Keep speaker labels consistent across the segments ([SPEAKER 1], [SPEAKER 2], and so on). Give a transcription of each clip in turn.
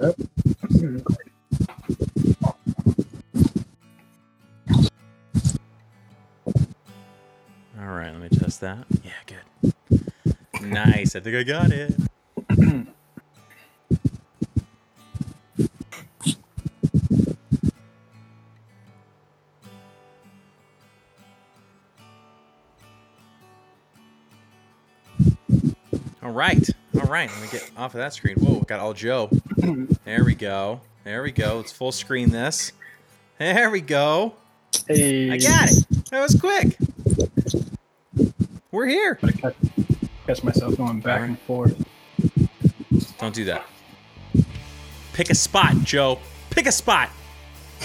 [SPEAKER 1] Yep.
[SPEAKER 2] All right, let me test that. Yeah, good. Nice. I think I got it. All right. All right. Let me get off of that screen. Whoa, got all Joe. There we go. There we go. Let's full screen this. There we go.
[SPEAKER 1] Hey.
[SPEAKER 2] I got it. That was quick. We're here.
[SPEAKER 1] I catch, catch myself going back and forth.
[SPEAKER 2] Don't do that. Pick a spot, Joe. Pick a spot.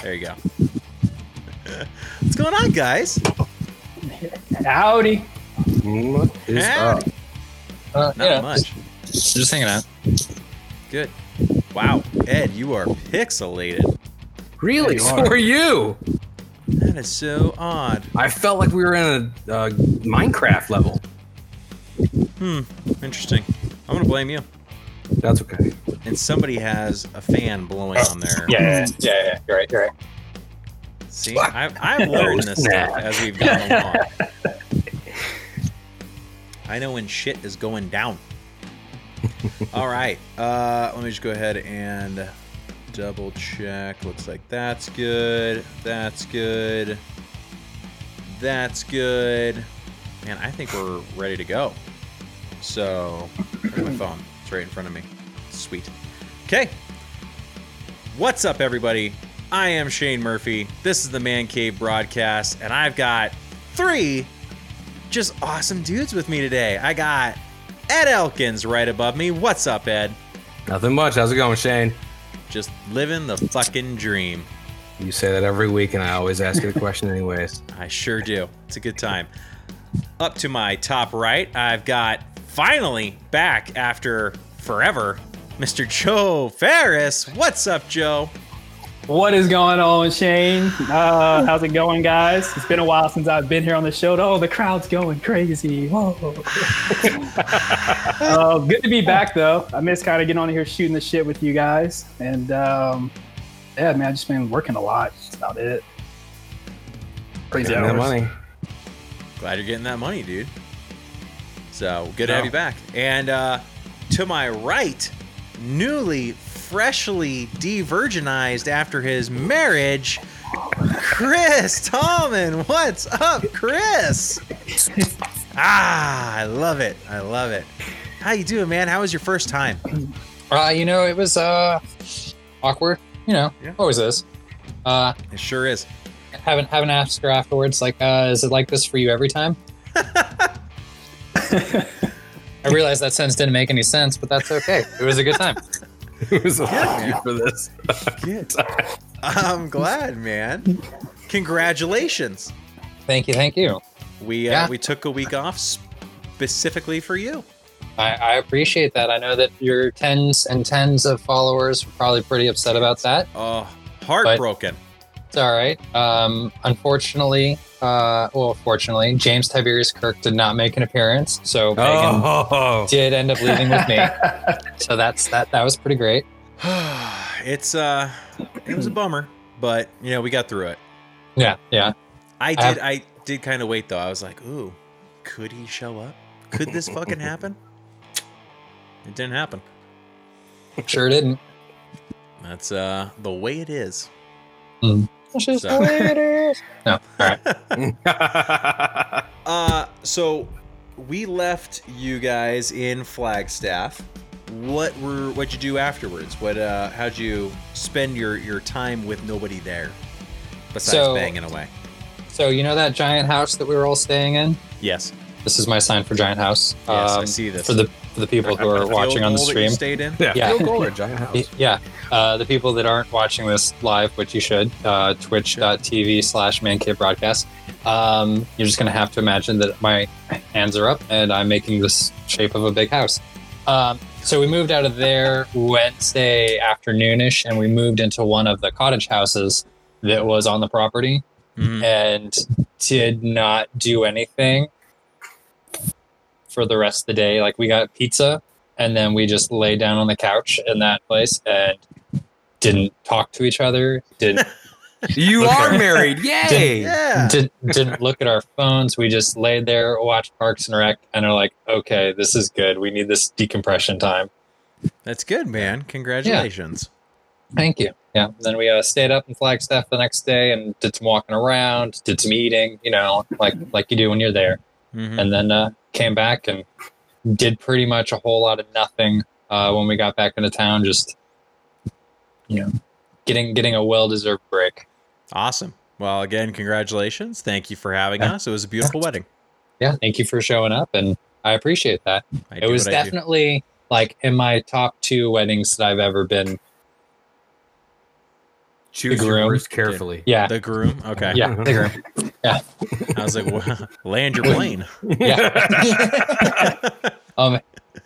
[SPEAKER 2] There you go. What's going on, guys?
[SPEAKER 1] Howdy.
[SPEAKER 3] What is
[SPEAKER 2] Ah.
[SPEAKER 3] up?
[SPEAKER 4] Uh,
[SPEAKER 2] Not much.
[SPEAKER 4] Just, just hanging out.
[SPEAKER 2] Good. Wow, Ed, you are pixelated.
[SPEAKER 4] Really?
[SPEAKER 1] you
[SPEAKER 4] so
[SPEAKER 1] are.
[SPEAKER 4] are you?
[SPEAKER 2] That is so odd.
[SPEAKER 4] I felt like we were in a uh, Minecraft level.
[SPEAKER 2] Hmm. Interesting. I'm gonna blame you.
[SPEAKER 4] That's okay.
[SPEAKER 2] And somebody has a fan blowing on their.
[SPEAKER 4] Yeah.
[SPEAKER 5] Yeah, yeah, you're right, you're right.
[SPEAKER 2] See, I, I'm learning this stuff as we've gone along. I know when shit is going down. All right. Uh, let me just go ahead and double check. Looks like that's good. That's good. That's good. Man, I think we're ready to go. So, look at my phone. It's right in front of me. Sweet. Okay. What's up, everybody? I am Shane Murphy. This is the Man Cave broadcast, and I've got three just awesome dudes with me today. I got Ed Elkins right above me. What's up, Ed?
[SPEAKER 4] Nothing much. How's it going, Shane?
[SPEAKER 2] Just living the fucking dream.
[SPEAKER 4] You say that every week, and I always ask you the question, anyways.
[SPEAKER 2] I sure do. It's a good time. Up to my top right, I've got finally back after forever, Mr. Joe Ferris. What's up, Joe?
[SPEAKER 1] What is going on, Shane? Uh, how's it going, guys? It's been a while since I've been here on the show. Oh, the crowd's going crazy. Whoa. uh, good to be back, though. I miss kind of getting on here shooting the shit with you guys. And um, yeah, man, I've just been working a lot. That's about it. Crazy
[SPEAKER 4] Getting that
[SPEAKER 1] hours.
[SPEAKER 4] money.
[SPEAKER 2] Glad you're getting that money, dude. So good to have you back. And uh, to my right, newly, freshly de-virginized after his marriage, Chris Tallman. What's up, Chris? ah, I love it. I love it. How you doing, man? How was your first time?
[SPEAKER 5] Uh, you know, it was uh awkward. You know,
[SPEAKER 2] Yeah.
[SPEAKER 5] always is. Uh,
[SPEAKER 2] It sure is.
[SPEAKER 5] haven't haven't asked her afterwards. Like, uh, is it like this for you every time? I realized that sentence didn't make any sense, but that's okay. It was a good time.
[SPEAKER 4] It was a
[SPEAKER 2] Yeah.
[SPEAKER 4] for this.
[SPEAKER 2] I'm glad, man. Congratulations.
[SPEAKER 5] Thank you, thank you.
[SPEAKER 2] We uh,
[SPEAKER 5] Yeah.
[SPEAKER 2] we took a week off specifically for you.
[SPEAKER 5] I, I appreciate that. I know that your tens and tens of followers were probably pretty upset about that.
[SPEAKER 2] Oh, heartbroken.
[SPEAKER 5] It's all right. Um, unfortunately, uh, well, fortunately, James Tiberius Kirk did not make an appearance, so Megan
[SPEAKER 4] Oh,
[SPEAKER 5] did end up leaving with me. so that's that. That was pretty great.
[SPEAKER 2] it's uh it was a bummer, but you know, we got through it.
[SPEAKER 5] Yeah, yeah.
[SPEAKER 2] I
[SPEAKER 5] I have-
[SPEAKER 2] did I did kind of wait though. I was like, "Ooh, could he show up? Could this fucking happen?" It didn't happen.
[SPEAKER 5] Sure didn't.
[SPEAKER 2] That's uh the way it is.
[SPEAKER 5] Just
[SPEAKER 2] So-
[SPEAKER 5] the way it is. No. All right.
[SPEAKER 2] Uh so we left you guys in Flagstaff. What were what'd you do afterwards? What uh how'd you spend your your time with nobody there besides
[SPEAKER 5] So-
[SPEAKER 2] banging away?
[SPEAKER 5] So you know that giant house that we were all staying in.
[SPEAKER 2] Yes.
[SPEAKER 5] This is my sign for giant house.
[SPEAKER 2] Yes, I
[SPEAKER 5] Um,
[SPEAKER 2] see this.
[SPEAKER 5] for the for the people who are
[SPEAKER 2] The
[SPEAKER 5] watching
[SPEAKER 2] old
[SPEAKER 5] on the
[SPEAKER 2] hole that you
[SPEAKER 5] stream.
[SPEAKER 2] Stayed in.
[SPEAKER 4] yeah.
[SPEAKER 5] Yeah.
[SPEAKER 4] Field goal or giant house?
[SPEAKER 5] Yeah, uh, the people that aren't watching this live, which you should, uh, twitch.tv slash man cave broadcast. Um, you're just going to have to imagine that my hands are up and I'm making this shape of a big house. Um, so we moved out of there Wednesday afternoonish and we moved into one of the cottage houses that was on the property
[SPEAKER 2] Mhm.
[SPEAKER 5] and did not do anything for the rest of the day. Like we got pizza and then we just lay down on the couch in that place and didn't talk to each other, didn't
[SPEAKER 4] You
[SPEAKER 5] Okay.
[SPEAKER 4] are married. Yay.
[SPEAKER 2] Yeah.
[SPEAKER 5] did, didn't look at our phones. We just laid there, watched Parks and Rec, and are like, okay, this is good. We need this decompression time.
[SPEAKER 2] That's good, man. Congratulations.
[SPEAKER 5] Thank you. Yeah. Then we uh, stayed up in Flagstaff the next day and did some walking around, did some eating, you know, like like you do when you're there.
[SPEAKER 2] Mhm.
[SPEAKER 5] and then uh, came back and did pretty much a whole lot of nothing uh, when we got back into town. Just you know, getting getting a well deserved break.
[SPEAKER 2] Awesome. Well, again, congratulations. Thank you for having
[SPEAKER 5] Yeah.
[SPEAKER 2] us. It was a beautiful wedding.
[SPEAKER 5] Yeah, thank you for showing up, and I appreciate that.
[SPEAKER 2] I
[SPEAKER 5] it
[SPEAKER 2] do
[SPEAKER 5] was
[SPEAKER 2] what I do.
[SPEAKER 5] definitely like in my top two weddings that I've ever been.
[SPEAKER 4] Choose
[SPEAKER 5] The groom.
[SPEAKER 4] your words carefully.
[SPEAKER 5] Yeah,
[SPEAKER 2] the groom. Okay.
[SPEAKER 5] yeah, Mm-hmm. the groom.
[SPEAKER 2] I was like, "Wow, land your plane.
[SPEAKER 5] um,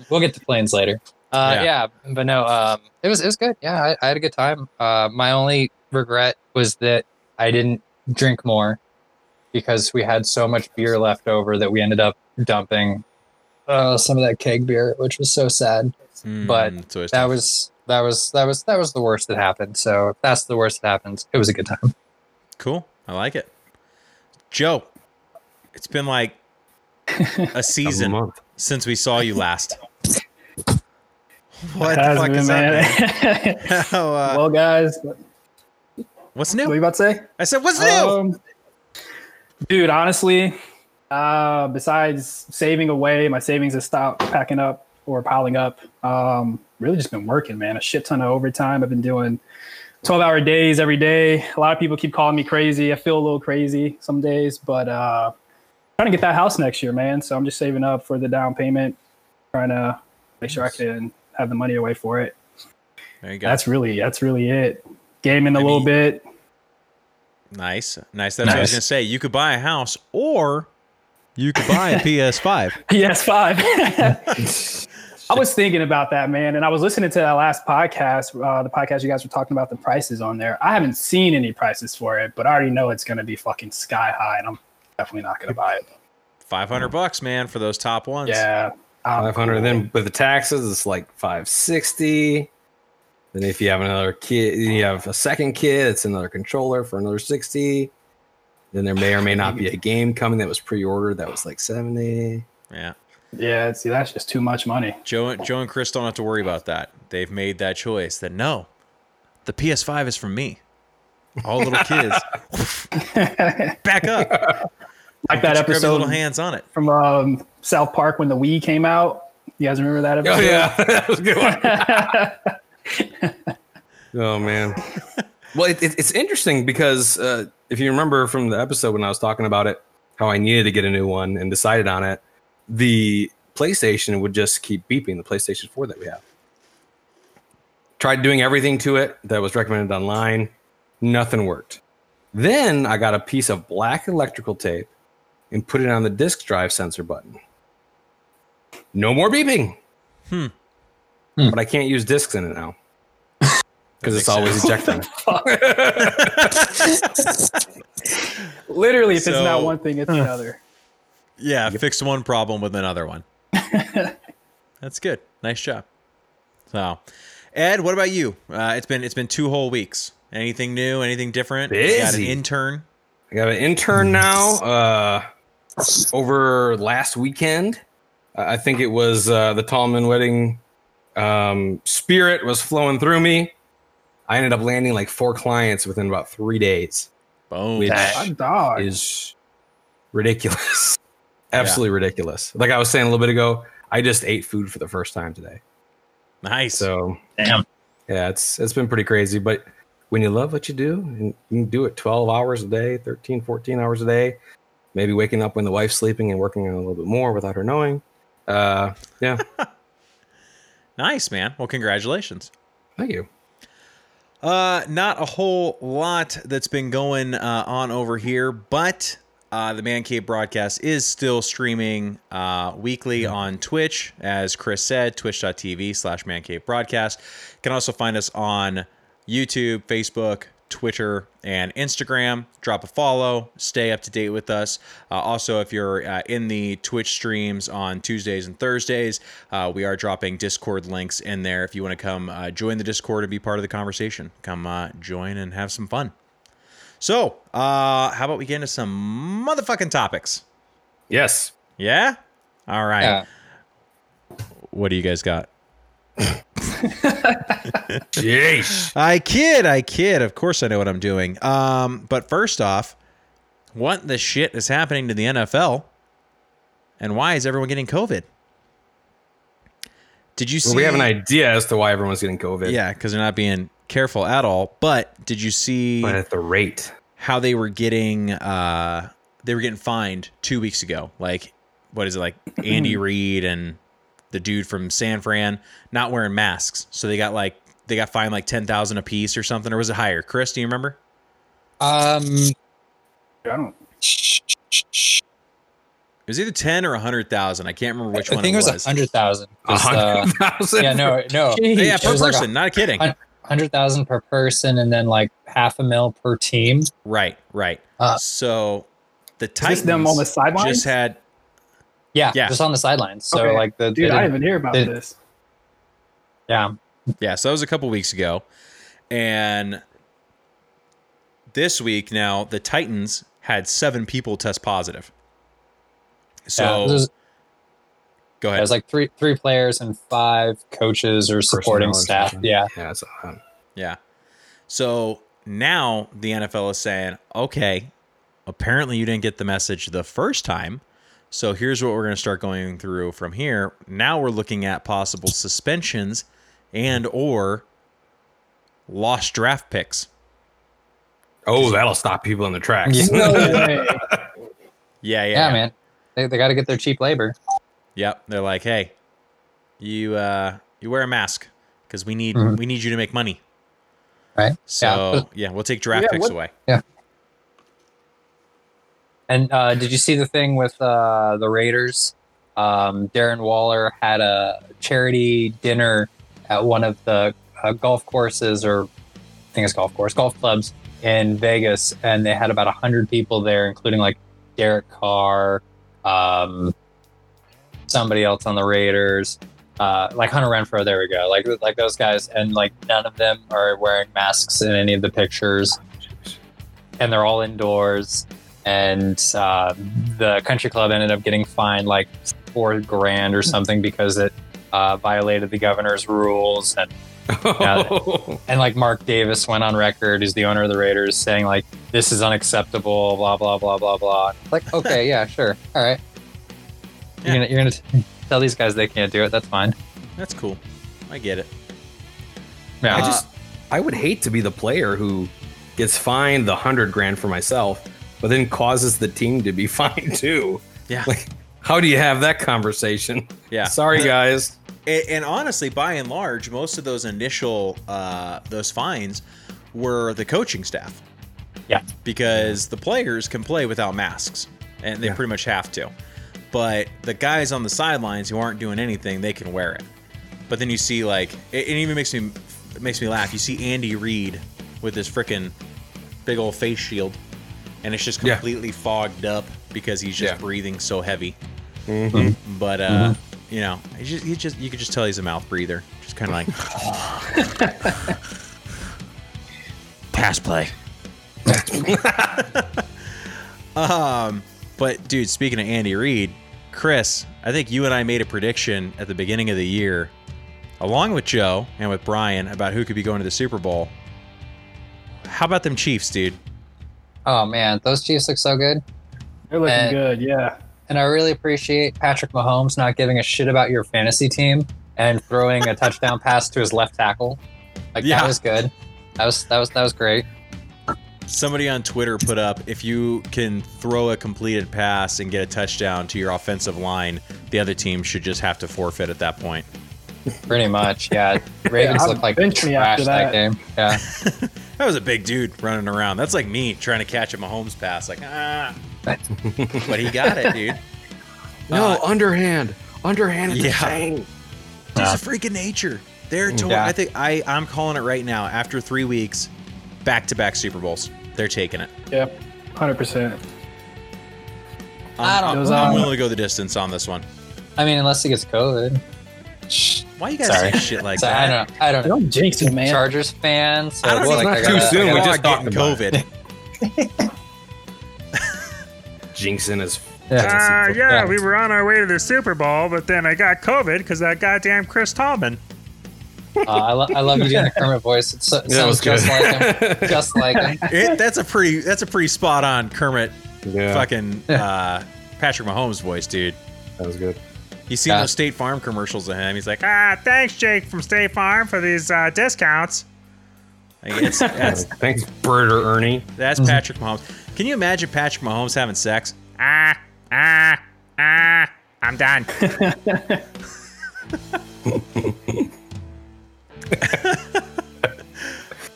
[SPEAKER 5] we'll get to planes later. Uh,
[SPEAKER 2] Yeah.
[SPEAKER 5] yeah. but no, um, it was it was good. Yeah, I, I had a good time. Uh, my only regret was that I didn't drink more because we had so much beer left over that we ended up dumping uh, some of that keg beer, which was so sad.
[SPEAKER 2] Mm,
[SPEAKER 5] But
[SPEAKER 2] it's always
[SPEAKER 5] That
[SPEAKER 2] tough.
[SPEAKER 5] was that was that was that was the worst that happened. So if that's the worst that happens, it was a good time.
[SPEAKER 2] cool. I like it. Joe, it's been like a
[SPEAKER 4] A
[SPEAKER 2] season
[SPEAKER 4] month.
[SPEAKER 2] since we saw you last. What the
[SPEAKER 1] Has
[SPEAKER 2] fuck
[SPEAKER 1] been,
[SPEAKER 2] is that?
[SPEAKER 1] man.
[SPEAKER 2] How, uh,
[SPEAKER 1] well, guys, what
[SPEAKER 2] what's
[SPEAKER 1] are you
[SPEAKER 2] new?
[SPEAKER 1] about to say?
[SPEAKER 2] I said, what's new?
[SPEAKER 1] Um, dude, honestly, uh, besides saving away, my savings have stopped packing up or piling up. Um, really just been working, man. A shit ton of overtime. I've been doing 12 hour days every day. A lot of people keep calling me crazy. I feel a little crazy some days, but uh, trying to get that house next year, man. So I'm just saving up for the down payment, trying to make sure I can have the money away for it.
[SPEAKER 2] there you go.
[SPEAKER 1] That's really, that's really it. Gaming a
[SPEAKER 2] I
[SPEAKER 1] little
[SPEAKER 2] mean-
[SPEAKER 1] bit.
[SPEAKER 2] nice. Nice. That's what I was
[SPEAKER 5] Nice.
[SPEAKER 2] going to say. You could buy a house or you could buy a PS5.
[SPEAKER 1] PS5. I was thinking about that, man, and I was listening to that last podcast, uh, the podcast you guys were talking about the prices on there. I haven't seen any prices for it, but I already know it's going to be fucking sky high, and I'm definitely not going to buy it.
[SPEAKER 2] 500 bucks, man, for those top ones.
[SPEAKER 1] Yeah, um, I'm
[SPEAKER 4] 500
[SPEAKER 1] cool.
[SPEAKER 4] then with the taxes it's like 560 then if you have another kid you have a second kid it's another controller for another 60 then there may or may not be a game coming that was pre-ordered that was like 70
[SPEAKER 2] Yeah.
[SPEAKER 1] Yeah, see, that's just too much money.
[SPEAKER 2] Joe, Joe and Chris don't have to worry about that. They've made that choice that no, the PS5 is from me. All little kids,
[SPEAKER 1] like
[SPEAKER 2] back up. Just
[SPEAKER 1] that
[SPEAKER 2] Grab your little
[SPEAKER 1] episode
[SPEAKER 2] hands on it.
[SPEAKER 1] from um, South Park when the Wii came out. You guys remember
[SPEAKER 2] Oh,
[SPEAKER 1] that
[SPEAKER 4] Oh,
[SPEAKER 1] episode?
[SPEAKER 4] that was a good one
[SPEAKER 1] yeah.
[SPEAKER 4] Oh man. well, it, it, it's interesting because uh, if you remember from the episode when I was talking about it, how I needed to get a new one and decided on it, the PlayStation would just keep beeping. The PlayStation Four that we have. Tried doing everything to it that was recommended online, nothing worked. Then I got a piece of black electrical tape and put it on the disk drive sensor button. No more beeping.
[SPEAKER 2] Hmm.
[SPEAKER 5] Hmm.
[SPEAKER 4] But I can't use discs in it now because
[SPEAKER 2] That
[SPEAKER 4] it's
[SPEAKER 2] makes
[SPEAKER 4] always ejecting.
[SPEAKER 1] Literally, if it's not
[SPEAKER 2] So-
[SPEAKER 1] one thing, it's another.
[SPEAKER 2] Yeah, fix one problem with another one. That's good. Nice job. So, Ed, what about you? Uh, it's been it's been two whole weeks. Anything new? Anything different? You got an
[SPEAKER 4] Busy.
[SPEAKER 2] intern.
[SPEAKER 4] I got an intern now. Uh, over last weekend, I I think it was uh, the Tallman wedding. Um, spirit was flowing through me. I ended up landing like four clients within about three days.
[SPEAKER 2] Boom.
[SPEAKER 4] Which-
[SPEAKER 1] My dog.
[SPEAKER 4] Is ridiculous. Absolutely ridiculous. Like I was saying a little bit ago, I just ate food for the first time today.
[SPEAKER 2] Nice.
[SPEAKER 4] So
[SPEAKER 5] Damn.
[SPEAKER 4] yeah, it's it's been pretty crazy. But when you love what you do, and you can do it 12 hours a day, 13, 14 hours a day, maybe waking up when the wife's sleeping and working a little bit more without her knowing. Uh, yeah,
[SPEAKER 2] nice, man. Well, congratulations.
[SPEAKER 4] thank you.
[SPEAKER 2] Uh, not a whole lot that's been going uh, on over here, but uh, the Man Cave broadcast is still streaming uh, weekly on Twitch, as Chris said, twitch.tv slash Man Cave broadcast. You can also find us on YouTube, Facebook, Twitter, and Instagram. Drop a follow, stay up to date with us. Uh, also, if you're uh, in the Twitch streams on Tuesdays and Thursdays, uh, we are dropping Discord links in there. If you want to come uh, join the Discord and be part of the conversation, come uh, join and have some fun. So, uh, how about we get into some motherfucking topics?
[SPEAKER 4] Yes.
[SPEAKER 2] Yeah? All right.
[SPEAKER 5] Yeah.
[SPEAKER 2] What do you guys got?
[SPEAKER 4] Jeez.
[SPEAKER 2] I kid, I kid. Of course, I know what I'm doing. Um, but first off, what the shit is happening to the NFL, and why is everyone getting COVID? Did you see?
[SPEAKER 4] Well, we have an idea as to why everyone's getting COVID.
[SPEAKER 2] Yeah, because they're not being careful at all. But did you see
[SPEAKER 4] But at the rate.
[SPEAKER 2] how they were getting? Uh, they were getting fined two weeks ago. Like, what is it? Like Andy Reid and the dude from San Fran not wearing masks, so they got like they got fined like ten thousand a piece or something, or was it higher? Chris, do you remember?
[SPEAKER 5] Um,
[SPEAKER 1] I don't.
[SPEAKER 2] It was either ten or a hundred thousand. I can't remember which
[SPEAKER 5] I
[SPEAKER 2] one
[SPEAKER 5] think it was a hundred thousand. 'cause, uh,
[SPEAKER 4] 100,000.
[SPEAKER 5] yeah, no, no,
[SPEAKER 2] Oh, Yeah,
[SPEAKER 5] It
[SPEAKER 2] per
[SPEAKER 5] was like a-
[SPEAKER 2] person. not kidding.
[SPEAKER 5] I- hundred thousand per person, and then like half a mil per team.
[SPEAKER 2] right, right.
[SPEAKER 5] Uh,
[SPEAKER 2] so the
[SPEAKER 1] Is
[SPEAKER 2] Titans
[SPEAKER 1] this them on the sidelines?
[SPEAKER 2] just had
[SPEAKER 5] Yeah,
[SPEAKER 2] Yeah.
[SPEAKER 5] just on the sidelines. So
[SPEAKER 1] Okay.
[SPEAKER 5] like the they
[SPEAKER 1] Dude, I
[SPEAKER 5] didn't-
[SPEAKER 1] didn't hear about
[SPEAKER 5] they-
[SPEAKER 1] this.
[SPEAKER 5] yeah,
[SPEAKER 2] yeah. So that was a couple weeks ago, and this week now the Titans had seven people test positive.
[SPEAKER 5] yeah.
[SPEAKER 2] So
[SPEAKER 5] This is-
[SPEAKER 2] go
[SPEAKER 5] It
[SPEAKER 2] ahead.
[SPEAKER 5] was like three three players and five coaches or supporting
[SPEAKER 4] Personnel or
[SPEAKER 5] staff.
[SPEAKER 4] something.
[SPEAKER 5] Yeah,
[SPEAKER 4] Yeah, that's a lot.
[SPEAKER 2] Yeah. So now the NFL is saying, okay, apparently you didn't get the message the first time. So here's what we're going to start going through from here. Now we're looking at possible suspensions and or lost draft picks.
[SPEAKER 4] Oh, that'll stop people in the
[SPEAKER 5] Yeah.
[SPEAKER 4] tracks.
[SPEAKER 1] No way.
[SPEAKER 2] Yeah, yeah.
[SPEAKER 5] yeah, man. They, they got to get their cheap labor.
[SPEAKER 2] Yep, they're like, "Hey, you uh you wear a mask cuz we need
[SPEAKER 5] Mhm.
[SPEAKER 2] we need you to make money."
[SPEAKER 5] Right.
[SPEAKER 2] So, yeah, we'll take draft
[SPEAKER 1] Yeah,
[SPEAKER 2] picks
[SPEAKER 1] what-
[SPEAKER 2] away.
[SPEAKER 5] And uh, did you see the thing with uh, the Raiders? Um, Darren Waller had a charity dinner at one of the uh, golf courses, or I think it's golf course, golf clubs in Vegas, and they had about hundred people there, including like Derek Carr, um, somebody else on the Raiders, uh, like Hunter Renfro. There we go, like like those guys, and like none of them are wearing masks in any of the pictures, and they're all indoors and uh, the country club ended up getting fined like four grand or something because it uh, violated the governor's rules and and like Mark Davis went on record as the owner of the Raiders saying like this is unacceptable blah blah blah blah blah like okay yeah sure all right
[SPEAKER 2] Yeah.
[SPEAKER 5] you're gonna, you're gonna t- tell these guys they can't do it that's fine
[SPEAKER 2] That's cool. I get it.
[SPEAKER 5] yeah
[SPEAKER 4] I just, I would hate to be the player who gets fined the hundred grand for myself, but then causes the team to be fined too.
[SPEAKER 2] Yeah.
[SPEAKER 4] Like, how do you have that conversation?
[SPEAKER 2] Yeah.
[SPEAKER 4] Sorry, guys.
[SPEAKER 2] And, and honestly, by and large, most of those initial uh, those fines were the coaching staff.
[SPEAKER 5] Yeah.
[SPEAKER 2] because the players can play without masks, and they
[SPEAKER 4] Yeah.
[SPEAKER 2] pretty much have to. But the guys on the sidelines who aren't doing anything, they can wear it. But then you see like it, it even makes me it makes me laugh. You see Andy Reid with his freaking big old face shield, and it's just
[SPEAKER 4] Yeah.
[SPEAKER 2] completely fogged up because he's just
[SPEAKER 4] Yeah.
[SPEAKER 2] breathing so heavy
[SPEAKER 4] Mhm.
[SPEAKER 2] but uh, you know, he just, he just you could just tell he's a mouth breather, just kind of like pass play. um, but dude, speaking of Andy Reid, Chris, I think you and I made a prediction at the beginning of the year, along with Joe and with Brian, about who could be going to the Super Bowl. How about them Chiefs, dude?
[SPEAKER 5] oh man those Chiefs look so good
[SPEAKER 1] They're looking
[SPEAKER 5] Uh,
[SPEAKER 1] good. Yeah.
[SPEAKER 5] and I really appreciate Patrick Mahomes not giving a shit about your fantasy team and throwing a touchdown pass to his left tackle. Like
[SPEAKER 2] Yeah.
[SPEAKER 5] that was good. That was that was that was great.
[SPEAKER 2] Somebody on Twitter put up if you can throw a completed pass and get a touchdown to your offensive line, the other team should just have to forfeit at that point.
[SPEAKER 5] Pretty much, yeah. Ravens
[SPEAKER 1] Yeah,
[SPEAKER 5] look like
[SPEAKER 1] bench me
[SPEAKER 5] trash
[SPEAKER 1] after
[SPEAKER 5] that. game. Yeah,
[SPEAKER 2] That was a big dude running around. That's like me trying to catch a Mahomes pass, like ah, but he got it, dude.
[SPEAKER 4] No,
[SPEAKER 2] Uh,
[SPEAKER 4] underhand, underhand.
[SPEAKER 2] Yeah.
[SPEAKER 4] Yeah. Thing.
[SPEAKER 2] It's a freak of nature. They're to-
[SPEAKER 5] Yeah.
[SPEAKER 2] I think I I'm calling it right now. After three weeks, back to back Super Bowls. They're taking it.
[SPEAKER 1] Yep, hundred percent.
[SPEAKER 2] I'm,
[SPEAKER 5] I don't-
[SPEAKER 2] I'm-
[SPEAKER 1] It was,
[SPEAKER 2] I'm
[SPEAKER 1] um,
[SPEAKER 2] willing to go the distance on this one.
[SPEAKER 5] I mean, unless he gets COVID.
[SPEAKER 2] Why you guys
[SPEAKER 5] Sorry.
[SPEAKER 2] say shit like
[SPEAKER 5] So I
[SPEAKER 2] that?
[SPEAKER 5] don't. I don't. know.
[SPEAKER 1] Don't jinx it, man.
[SPEAKER 5] Chargers fan. So
[SPEAKER 2] I don't
[SPEAKER 5] it's
[SPEAKER 2] know.
[SPEAKER 5] like
[SPEAKER 4] It's
[SPEAKER 5] I
[SPEAKER 4] not
[SPEAKER 5] gotta-
[SPEAKER 4] too soon.
[SPEAKER 5] I
[SPEAKER 4] We
[SPEAKER 5] gotta-
[SPEAKER 4] just
[SPEAKER 2] getting
[SPEAKER 4] talked about
[SPEAKER 2] COVID.
[SPEAKER 4] Jinxing is.
[SPEAKER 5] Yeah.
[SPEAKER 3] Uh,
[SPEAKER 4] fantasy
[SPEAKER 3] yeah,
[SPEAKER 5] Yeah.
[SPEAKER 3] we were on our way to the Super Bowl, but then I got COVID because that goddamn Chris Tallman.
[SPEAKER 5] Uh, I, lo- I love you doing the Kermit voice. It's so, it
[SPEAKER 4] Yeah, that
[SPEAKER 5] sounds
[SPEAKER 4] was
[SPEAKER 5] just
[SPEAKER 4] good.
[SPEAKER 5] like him. Just like him.
[SPEAKER 2] It- that's a pretty. That's a pretty spot on Kermit.
[SPEAKER 4] yeah,
[SPEAKER 2] Fucking uh, Patrick Mahomes voice, dude.
[SPEAKER 4] that was good.
[SPEAKER 2] You see
[SPEAKER 5] Yeah.
[SPEAKER 2] those State Farm commercials of him. He's like, ah,
[SPEAKER 3] Uh, thanks, Jake from State Farm, for these uh, discounts.
[SPEAKER 2] like, it's- that's
[SPEAKER 4] Thanks, Bird or Ernie.
[SPEAKER 2] that's Patrick Mahomes. Can you imagine Patrick Mahomes having sex?
[SPEAKER 3] Ah, ah, ah. I'm done.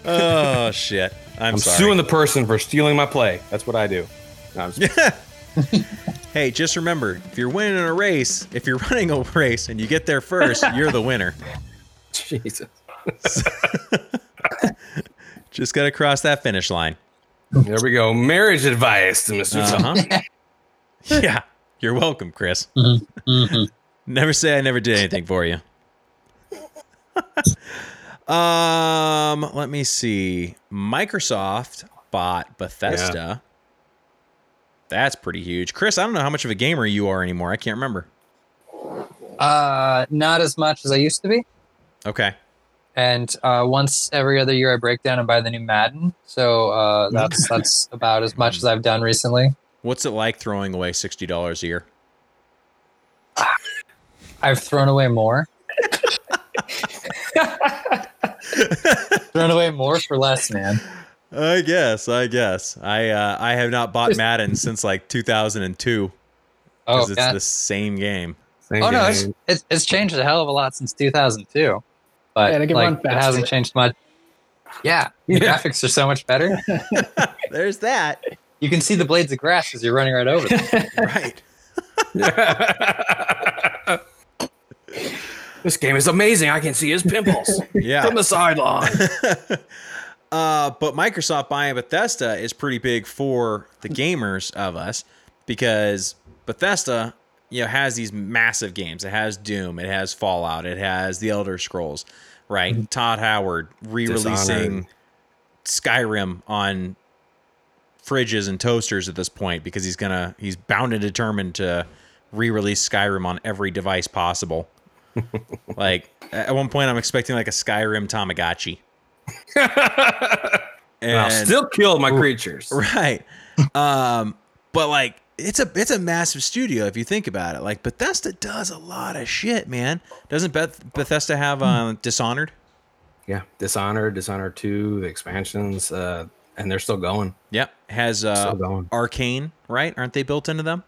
[SPEAKER 2] Oh shit! I'm,
[SPEAKER 4] I'm
[SPEAKER 2] sorry.
[SPEAKER 4] suing the person for stealing my play. That's what I do. No, I'm just-
[SPEAKER 2] Hey, just remember, if you're winning a race, if you're running a race and you get there first, you're the winner.
[SPEAKER 4] Jesus.
[SPEAKER 2] Just gotta cross that finish line.
[SPEAKER 4] There we go. Marriage advice to mister
[SPEAKER 2] Uh-huh. yeah, you're welcome, Chris. Mm-hmm,
[SPEAKER 5] Mhm.
[SPEAKER 2] Never say I never did anything for you. um, let me see. Microsoft bought Bethesda. That's pretty huge, Chris. I don't know how much of a gamer you are anymore. I can't remember.
[SPEAKER 5] Uh, not as much as I used to be.
[SPEAKER 2] Okay,
[SPEAKER 5] And uh, once every other year, I break down and buy the new Madden. So uh, that's that's about as much as I've done recently.
[SPEAKER 2] what's it like throwing away sixty dollars a year?
[SPEAKER 5] I've thrown away more. thrown away more for less, man.
[SPEAKER 2] I guess. I guess. I uh, I have not bought Madden since like 2002
[SPEAKER 5] Oh,
[SPEAKER 2] because it's
[SPEAKER 5] yeah.
[SPEAKER 2] the same game.
[SPEAKER 5] oh no, it's, it's it's changed a hell of a lot since 2002, but
[SPEAKER 1] Yeah, they can
[SPEAKER 5] like,
[SPEAKER 1] run
[SPEAKER 5] it
[SPEAKER 1] faster.
[SPEAKER 5] hasn't changed much. Yeah, the graphics are so much better.
[SPEAKER 2] There's that.
[SPEAKER 5] You can see the blades of grass as you're running right over them.
[SPEAKER 2] right.
[SPEAKER 4] this game is amazing. I can see his pimples
[SPEAKER 2] Yeah.
[SPEAKER 4] from the sideline.
[SPEAKER 2] Uh, but Microsoft buying Bethesda is pretty big for the gamers of us because Bethesda, you know, has these massive games. It has Doom, it has Fallout, it has The Elder Scrolls, right? Todd Howard re-releasing Skyrim on fridges and toasters at this point because he's gonna he's bound and determined to re-release Skyrim on every device possible. like at one point, I'm expecting like a Skyrim Tamagotchi. and,
[SPEAKER 4] I'll still kill my creatures.
[SPEAKER 2] right um but like it's a it's a massive studio if you think about it like bethesda does a lot of shit man doesn't Beth- bethesda have
[SPEAKER 4] Hmm.
[SPEAKER 2] um dishonored
[SPEAKER 4] Yeah, Dishonored, Dishonored Two, the expansions, uh, and they're still going.
[SPEAKER 2] yep has uh
[SPEAKER 4] Still going.
[SPEAKER 2] arcane right aren't they built into them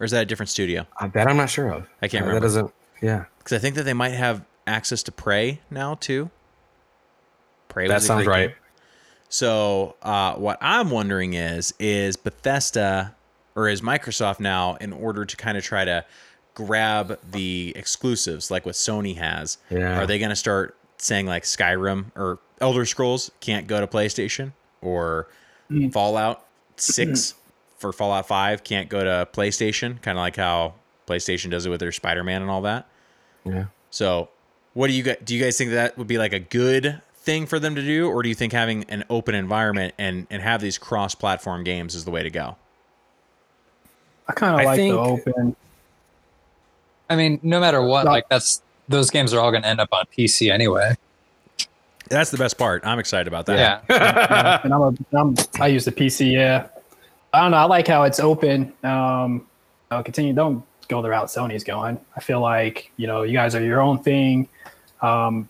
[SPEAKER 2] or is that a different studio
[SPEAKER 4] I bet I'm not sure of.
[SPEAKER 2] I can't
[SPEAKER 4] Uh,
[SPEAKER 2] remember.
[SPEAKER 4] That doesn't. Yeah,
[SPEAKER 2] because i think that they might have access to prey now too prey
[SPEAKER 4] that
[SPEAKER 2] was a
[SPEAKER 4] sounds
[SPEAKER 2] great
[SPEAKER 4] right.
[SPEAKER 2] game. So uh, what I'm wondering is, is Bethesda or is Microsoft now in order to kind of try to grab the exclusives like what Sony has?
[SPEAKER 4] Yeah.
[SPEAKER 2] Are they going to start saying like Skyrim or Elder Scrolls can't go to PlayStation or Fallout 6 for Fallout 5 can't go to PlayStation, kind of like how PlayStation does it with their Spider-Man and all that?
[SPEAKER 4] Yeah.
[SPEAKER 2] So, what do you guys do? You guys think that would be like a good thing for them to do, or do you think having an open environment and and have these cross-platform games is the way to go?
[SPEAKER 1] I kind of
[SPEAKER 4] I
[SPEAKER 1] like
[SPEAKER 4] think-
[SPEAKER 1] the open.
[SPEAKER 5] I mean, no matter what, like that's those games are all going to end up on PC anyway.
[SPEAKER 2] That's the best part. I'm excited about that.
[SPEAKER 5] Yeah,
[SPEAKER 1] and I'm a, I'm, I use the PC. Yeah, I don't know. I like how it's open. Um, I'll continue. Don't go the route Sony's going. I feel like you know you guys are your own thing. Um,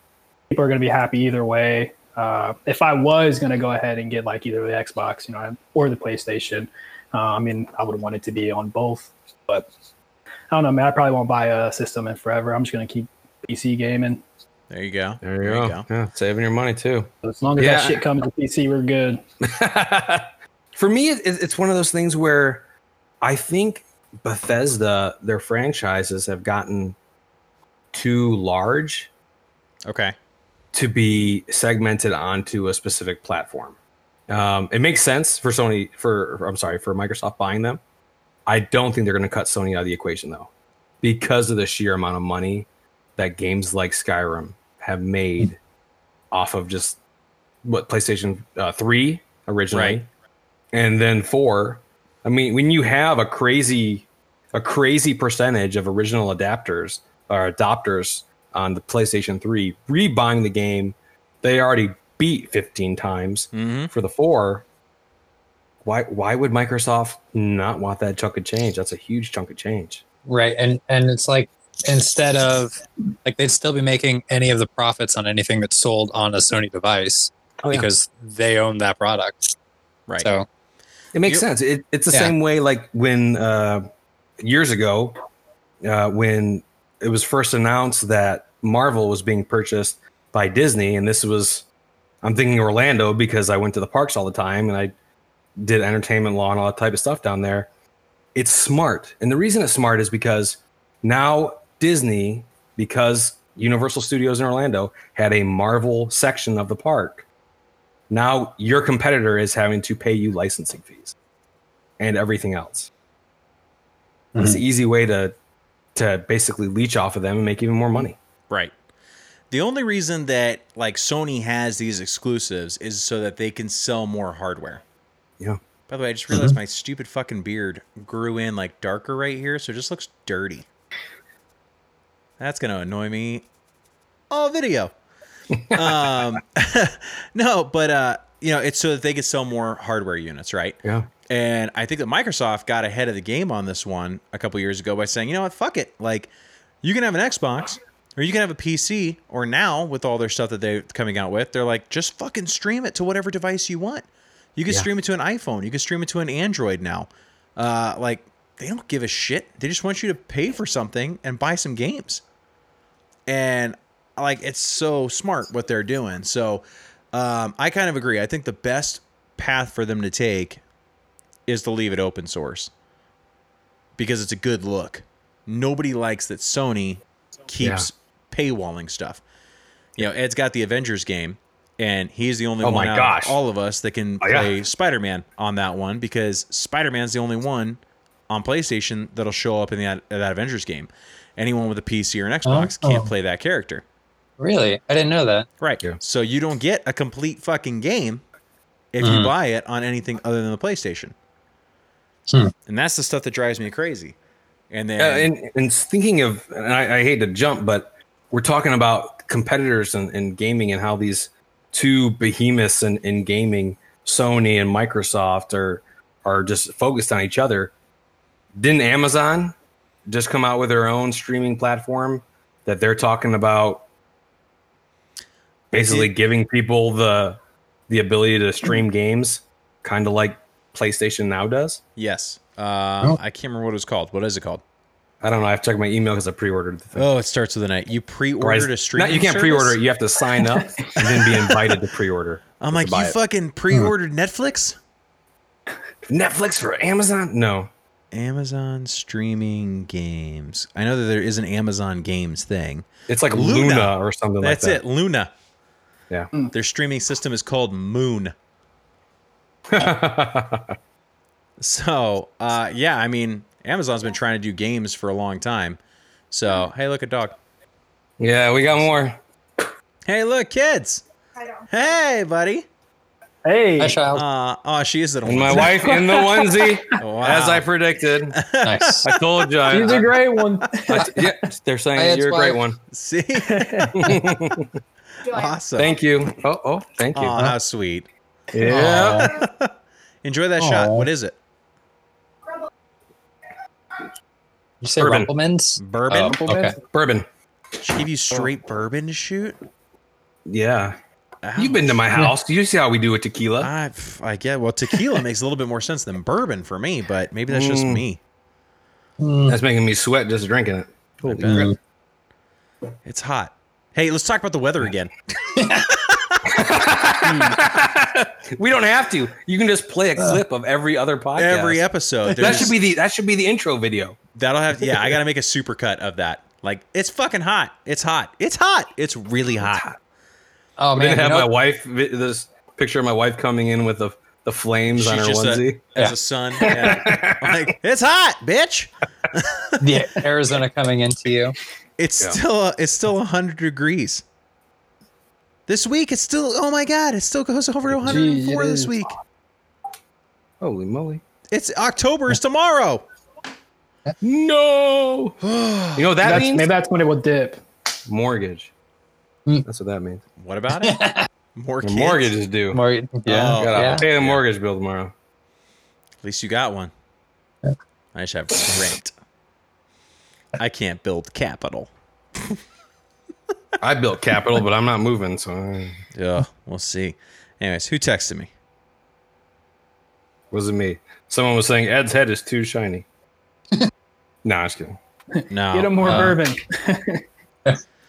[SPEAKER 1] people are going to be happy either way. Uh, if I was going to go ahead and get like either the Xbox, you know, or the PlayStation, uh, I mean, I would want it to be on both. But I don't know, man. I probably won't buy a system in forever. I'm just going to keep PC gaming.
[SPEAKER 2] There you go.
[SPEAKER 4] There you go. Yeah, saving your money too.
[SPEAKER 1] So as long as
[SPEAKER 4] Yeah.
[SPEAKER 1] that shit comes to PC, we're good.
[SPEAKER 4] For me, it, it- it's one of those things where I think Bethesda, their franchises have gotten too large
[SPEAKER 2] Okay.
[SPEAKER 4] to be segmented onto a specific platform. Um, it makes sense for Sony for I'm sorry for Microsoft buying them. I don't think they're going to cut Sony out of the equation though, because of the sheer amount of money that games like Skyrim have made off of just what PlayStation uh, Three originally,
[SPEAKER 2] Right.
[SPEAKER 4] and then four. I mean, when you have a crazy, a crazy percentage of original adapters or adopters on the PlayStation Three rebuying the game, they already beat 15 times
[SPEAKER 2] Mm-hmm.
[SPEAKER 4] for the four. Why? Why would Microsoft not want that chunk of change? That's a huge chunk of change.
[SPEAKER 5] Right. And and it's like instead of like they'd still be making any of the profits on anything that's sold on a Sony device
[SPEAKER 4] Oh, yeah.
[SPEAKER 5] because they own that product.
[SPEAKER 2] Right.
[SPEAKER 5] So
[SPEAKER 4] It makes
[SPEAKER 2] You-
[SPEAKER 4] sense. It, it's the
[SPEAKER 5] Yeah.
[SPEAKER 4] same way, like when uh, years ago, uh, when it was first announced that Marvel was being purchased by Disney, and this was, I'm thinking Orlando because I went to the parks all the time and I did entertainment law and all that type of stuff down there. It's smart, and the reason it's smart is because now Disney, because Universal Studios in Orlando had a Marvel section of the park, now your competitor is having to pay you licensing fees and everything else. It's an easy way to to basically leech off of them and make even more money.
[SPEAKER 2] Right. The only reason that like Sony has these exclusives is so that they can sell more hardware.
[SPEAKER 4] Yeah.
[SPEAKER 2] By the way, I just realized my stupid fucking beard grew in like darker right here, so it just looks dirty. That's gonna annoy me all video. um, no, but uh, you know, it's so that they could sell more hardware units, right?
[SPEAKER 4] Yeah.
[SPEAKER 2] And I think that Microsoft got ahead of the game on this one a couple years ago by saying, you know what, fuck it. Like, you can have an Xbox or you can have a PC, or now with all their stuff that they're coming out with, they're like, just fucking stream it to whatever device you want. You can
[SPEAKER 4] Yeah.
[SPEAKER 2] stream it to an iPhone, you can stream it to an Android now. Uh, like, they don't give a shit. They just want you to pay for something and buy some games. And like, it's so smart what they're doing. So, um, I kind of agree. I think the best path for them to take is to leave it open source because it's a good look. Nobody likes that Sony keeps paywalling stuff. You know, Ed's got the Avengers game, and he's the only
[SPEAKER 4] Oh
[SPEAKER 2] one
[SPEAKER 4] my
[SPEAKER 2] out of
[SPEAKER 4] gosh.
[SPEAKER 2] all of us that can
[SPEAKER 4] Oh, yeah.
[SPEAKER 2] play Spider Man on that one because Spider Man's the only one on PlayStation that'll show up in that, that Avengers game. Anyone with a PC or an Xbox can't
[SPEAKER 5] Oh.
[SPEAKER 2] play that character.
[SPEAKER 5] really, I didn't know that.
[SPEAKER 2] Right.
[SPEAKER 4] Yeah.
[SPEAKER 2] So you don't get a complete fucking game if you
[SPEAKER 5] Mhm.
[SPEAKER 2] buy it on anything other than the PlayStation.
[SPEAKER 5] Hmm.
[SPEAKER 2] And that's the stuff that drives me crazy. And then
[SPEAKER 4] Uh, and and thinking of, and I, I hate to jump, but we're talking about competitors and, and gaming and how these two behemoths in, in gaming, Sony and Microsoft, are are just focused on each other. Didn't Amazon just come out with their own streaming platform that they're talking about basically giving people the the ability to stream games, kind of like PlayStation now does?
[SPEAKER 2] yes, uh, I can't remember what it was called. What is it called?
[SPEAKER 4] I don't know. I have to check my email because I pre-ordered the thing.
[SPEAKER 2] Oh, it starts with an night. You
[SPEAKER 4] Or is-
[SPEAKER 2] pre-ordered a stream.
[SPEAKER 4] No, you can't pre-order it. You have to sign up and then be invited to pre-order.
[SPEAKER 2] I'm
[SPEAKER 4] to
[SPEAKER 2] like,
[SPEAKER 4] buy
[SPEAKER 2] you
[SPEAKER 4] it.
[SPEAKER 5] Hmm.
[SPEAKER 2] fucking pre-ordered Netflix?
[SPEAKER 4] Netflix for Amazon? No,
[SPEAKER 2] Amazon streaming games. I know that there is an Amazon games thing.
[SPEAKER 4] it's like
[SPEAKER 2] Luna.
[SPEAKER 4] Luna, or something
[SPEAKER 2] That's
[SPEAKER 4] like
[SPEAKER 2] it, Luna.
[SPEAKER 4] Yeah.
[SPEAKER 1] Hmm.
[SPEAKER 2] Their streaming system is called Moon.
[SPEAKER 4] that. It.
[SPEAKER 2] So, uh, yeah, I mean, Amazon's been trying to do games for a long time. So, hey, look, a dog.
[SPEAKER 4] yeah, we got more.
[SPEAKER 2] Hey, look, kids. Hey, buddy.
[SPEAKER 1] Hey,
[SPEAKER 5] Hi, child.
[SPEAKER 2] Uh, oh, she is at
[SPEAKER 4] And
[SPEAKER 2] home.
[SPEAKER 4] my wife in the onesie,
[SPEAKER 2] Wow.
[SPEAKER 4] as I predicted.
[SPEAKER 5] nice.
[SPEAKER 4] I told you. I,
[SPEAKER 1] she's a great one.
[SPEAKER 4] I- yeah, they're saying
[SPEAKER 5] Hi, it's
[SPEAKER 4] you're a great
[SPEAKER 5] wife.
[SPEAKER 4] one.
[SPEAKER 2] see. awesome.
[SPEAKER 4] Thank you. Oh, oh, thank you.
[SPEAKER 2] Aw, how sweet.
[SPEAKER 4] yeah.
[SPEAKER 2] Enjoy that shot.
[SPEAKER 5] Aw.
[SPEAKER 2] What is it?
[SPEAKER 5] You say
[SPEAKER 4] Bourbon.
[SPEAKER 5] Rumplemans?
[SPEAKER 2] Bourbon?
[SPEAKER 4] Uh,
[SPEAKER 5] Oh, okay.
[SPEAKER 4] Bourbon.
[SPEAKER 2] She give you straight bourbon to shoot?
[SPEAKER 4] Yeah.
[SPEAKER 2] Ouch.
[SPEAKER 4] You've been to my house. You see how we do with tequila.
[SPEAKER 2] I, I get. Well, tequila makes a little bit more sense than bourbon for me, but maybe that's just
[SPEAKER 4] Mm.
[SPEAKER 2] me.
[SPEAKER 5] Mm.
[SPEAKER 4] That's making me sweat just drinking it.
[SPEAKER 5] Mm.
[SPEAKER 2] It's hot. Hey, let's talk about the weather again.
[SPEAKER 4] we don't have to. You can just play a clip of every other podcast.
[SPEAKER 2] Every episode.
[SPEAKER 4] that
[SPEAKER 2] there's-
[SPEAKER 4] should be the that should be the intro video.
[SPEAKER 2] That'll have yeah, I gotta make a supercut of that. Like it's fucking hot. It's hot. It's hot. It's really hot.
[SPEAKER 5] Oh
[SPEAKER 4] I'm gonna
[SPEAKER 5] man, you
[SPEAKER 4] have
[SPEAKER 5] know-
[SPEAKER 4] my wife. vi- This picture of my wife coming in with the the flames on her
[SPEAKER 2] She's just
[SPEAKER 4] onesie.
[SPEAKER 2] a, as
[SPEAKER 5] Yeah.
[SPEAKER 2] a son. yeah. I'm like it's hot, bitch.
[SPEAKER 5] the Arizona coming into you.
[SPEAKER 2] It's
[SPEAKER 4] Yeah.
[SPEAKER 2] still uh, it's still hundred degrees. This week, it's still oh my god, it still goes over
[SPEAKER 1] Gee,
[SPEAKER 2] 104
[SPEAKER 1] it
[SPEAKER 2] this
[SPEAKER 1] is.
[SPEAKER 2] week.
[SPEAKER 4] Holy moly!
[SPEAKER 2] It's October is tomorrow.
[SPEAKER 4] No. you know what that
[SPEAKER 1] that's,
[SPEAKER 4] means?
[SPEAKER 1] maybe that's when it will dip.
[SPEAKER 4] mortgage.
[SPEAKER 5] Mm.
[SPEAKER 4] That's what that means.
[SPEAKER 2] What about it? More
[SPEAKER 4] The
[SPEAKER 2] kids?
[SPEAKER 4] mortgage is due.
[SPEAKER 5] More,
[SPEAKER 4] yeah,
[SPEAKER 2] Oh,
[SPEAKER 4] gotta
[SPEAKER 5] yeah.
[SPEAKER 4] pay the mortgage bill tomorrow.
[SPEAKER 2] At least you got one. I just have rent. I can't build capital.
[SPEAKER 4] I built capital, but I'm not moving. So uh,
[SPEAKER 2] Yeah, we'll see. Anyways, who texted me?
[SPEAKER 4] was it me? Someone was saying Ed's head is too shiny. no, I'm just kidding.
[SPEAKER 2] No,
[SPEAKER 1] Get him more
[SPEAKER 2] uh,
[SPEAKER 1] bourbon.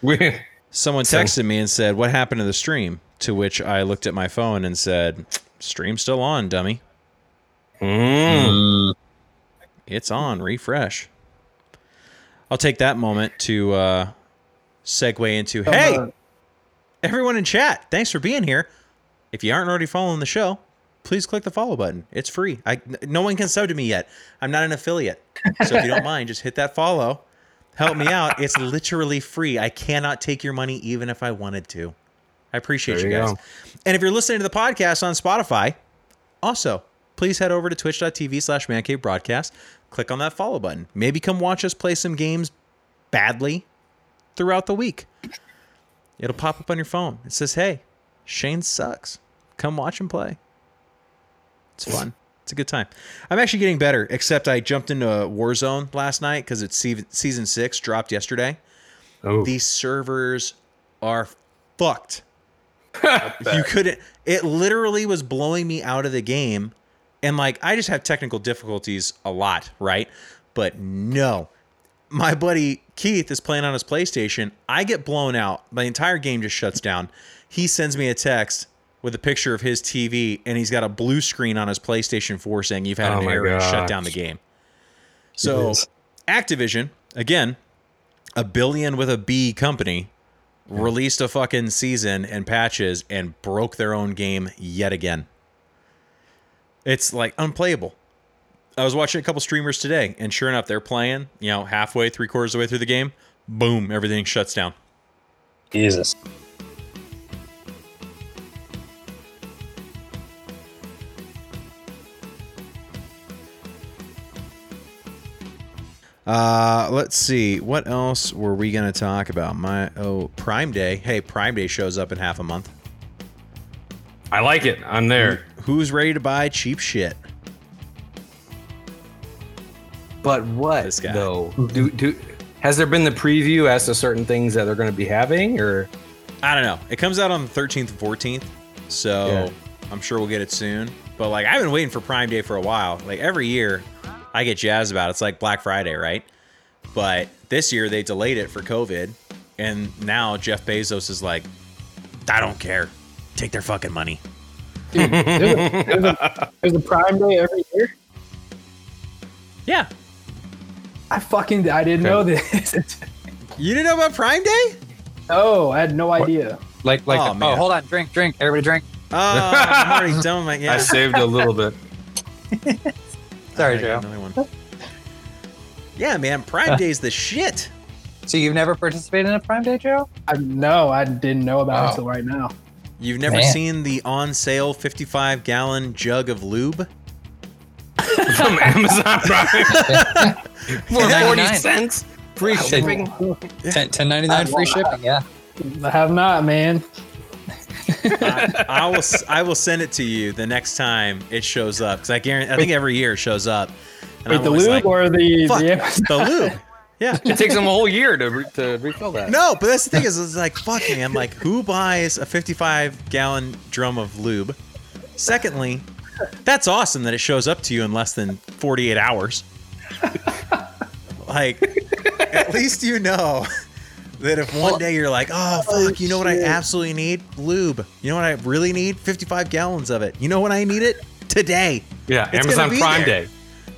[SPEAKER 4] We,
[SPEAKER 2] Someone texted me and said, "What happened to the stream?" To which I looked at my phone and said, "Stream still on, dummy.
[SPEAKER 4] Mm.
[SPEAKER 5] Mm,
[SPEAKER 2] It's on. Refresh." I'll take that moment to uh, segue into, "Hey,
[SPEAKER 1] Uh,
[SPEAKER 2] everyone in chat, thanks for being here. If you aren't already following the show, please click the follow button. It's free. I n- no one can sub to me yet. I'm not an affiliate. So if you don't mind, just hit that follow. Help me out. It's literally free. I cannot take your money even if I wanted to. I appreciate
[SPEAKER 4] There
[SPEAKER 2] you
[SPEAKER 4] you
[SPEAKER 2] guys.
[SPEAKER 4] go.
[SPEAKER 2] And if you're listening to the podcast on Spotify, also, please head over to twitch.tv slash man cave broadcast. Click on that follow button. Maybe come watch us play some games badly throughout the week. It'll pop up on your phone. It says, hey, Shane sucks. Come watch him play. It's fun. It's a good time. I'm actually getting better, except I jumped into Warzone last night because it's se- season six, dropped yesterday.
[SPEAKER 4] Oh,
[SPEAKER 2] These servers are fucked. you couldn't. It literally was blowing me out of the game, and like I just have technical difficulties a lot, right? But no, my buddy Keith is playing on his PlayStation. I get blown out. My entire game just shuts down. He sends me a text with a picture of his TV, and he's got a blue screen on his PlayStation 4 saying you've had
[SPEAKER 4] Oh
[SPEAKER 2] an
[SPEAKER 4] my
[SPEAKER 2] error and shut
[SPEAKER 4] gosh.
[SPEAKER 2] down the game. So, Activision again, a billion with a B company released a fucking season and patches and broke their own game yet again. It's like unplayable. I was watching a couple streamers today, and sure enough, they're playing, you know, halfway, three quarters of the way through the game, boom, everything shuts down.
[SPEAKER 5] Jesus.
[SPEAKER 2] Uh, let's see. What else were we gonna talk about? My oh, Prime Day. Hey, Prime Day shows up in half a month.
[SPEAKER 4] I like it. I'm there.
[SPEAKER 2] Who's ready to buy cheap shit?
[SPEAKER 4] But what
[SPEAKER 2] This guy.
[SPEAKER 4] though? Do, do has there been the preview as to certain things that they're going to be having, or
[SPEAKER 2] I don't know. It comes out on the 13th and 14th, so I'm sure we'll get it soon. But like, I've been waiting for Prime Day for a while. Like every year, I get jazzed about it. It's like Black Friday, right? But this year they delayed it for COVID, and now Jeff Bezos is like, I don't care. Take their fucking money.
[SPEAKER 1] dude, there's, a, there's, a, there's a Prime Day every year.
[SPEAKER 2] Yeah.
[SPEAKER 1] I fucking I didn't know this.
[SPEAKER 2] You didn't know about Prime Day?
[SPEAKER 1] no, I had no idea.
[SPEAKER 5] Like, like,
[SPEAKER 2] Oh,
[SPEAKER 5] oh,
[SPEAKER 2] man.
[SPEAKER 5] hold on, drink, drink, everybody drink.
[SPEAKER 2] Oh, I'm already done with my
[SPEAKER 4] I
[SPEAKER 2] yeah.
[SPEAKER 4] saved a little bit?
[SPEAKER 5] Sorry,
[SPEAKER 2] I got
[SPEAKER 5] Joe.
[SPEAKER 2] Another one. Yeah, man, Prime Day's the shit.
[SPEAKER 5] So you've never participated in a Prime Day, Joe?
[SPEAKER 1] I, no, I didn't know about
[SPEAKER 5] Wow.
[SPEAKER 1] it until right now.
[SPEAKER 2] You've never
[SPEAKER 5] Man.
[SPEAKER 2] seen the on sale 55 gallon jug of lube?
[SPEAKER 4] From Amazon Prime for forty
[SPEAKER 5] $10.99.
[SPEAKER 4] cents, free shipping.
[SPEAKER 5] Ten, ten ninety nine free shipping. Yeah.
[SPEAKER 1] I have not, man.
[SPEAKER 2] I, I will s- I will send it to you the next time it shows up because I guarantee I think every year it shows up. And
[SPEAKER 1] Wait,
[SPEAKER 2] I'm
[SPEAKER 1] the
[SPEAKER 2] always
[SPEAKER 1] lube
[SPEAKER 2] like,
[SPEAKER 1] or the,
[SPEAKER 2] "Fuck,
[SPEAKER 1] the Amazon?
[SPEAKER 2] the lube? Yeah.
[SPEAKER 4] It takes them a whole year to, re- to refill that.
[SPEAKER 2] No, but that's the thing is it's like fuck man, like who buys a 55 gallon drum of lube? Secondly, that's awesome that it shows up to you in less than 48 hours. like at least you know that if one day you're like, "Oh fuck, you know what I absolutely need? Lube. You know what I really need? 55 gallons of it. You know when I need it? Today."
[SPEAKER 4] Yeah,
[SPEAKER 2] It's
[SPEAKER 4] Amazon
[SPEAKER 2] gonna be
[SPEAKER 4] Prime
[SPEAKER 2] there.
[SPEAKER 4] Day.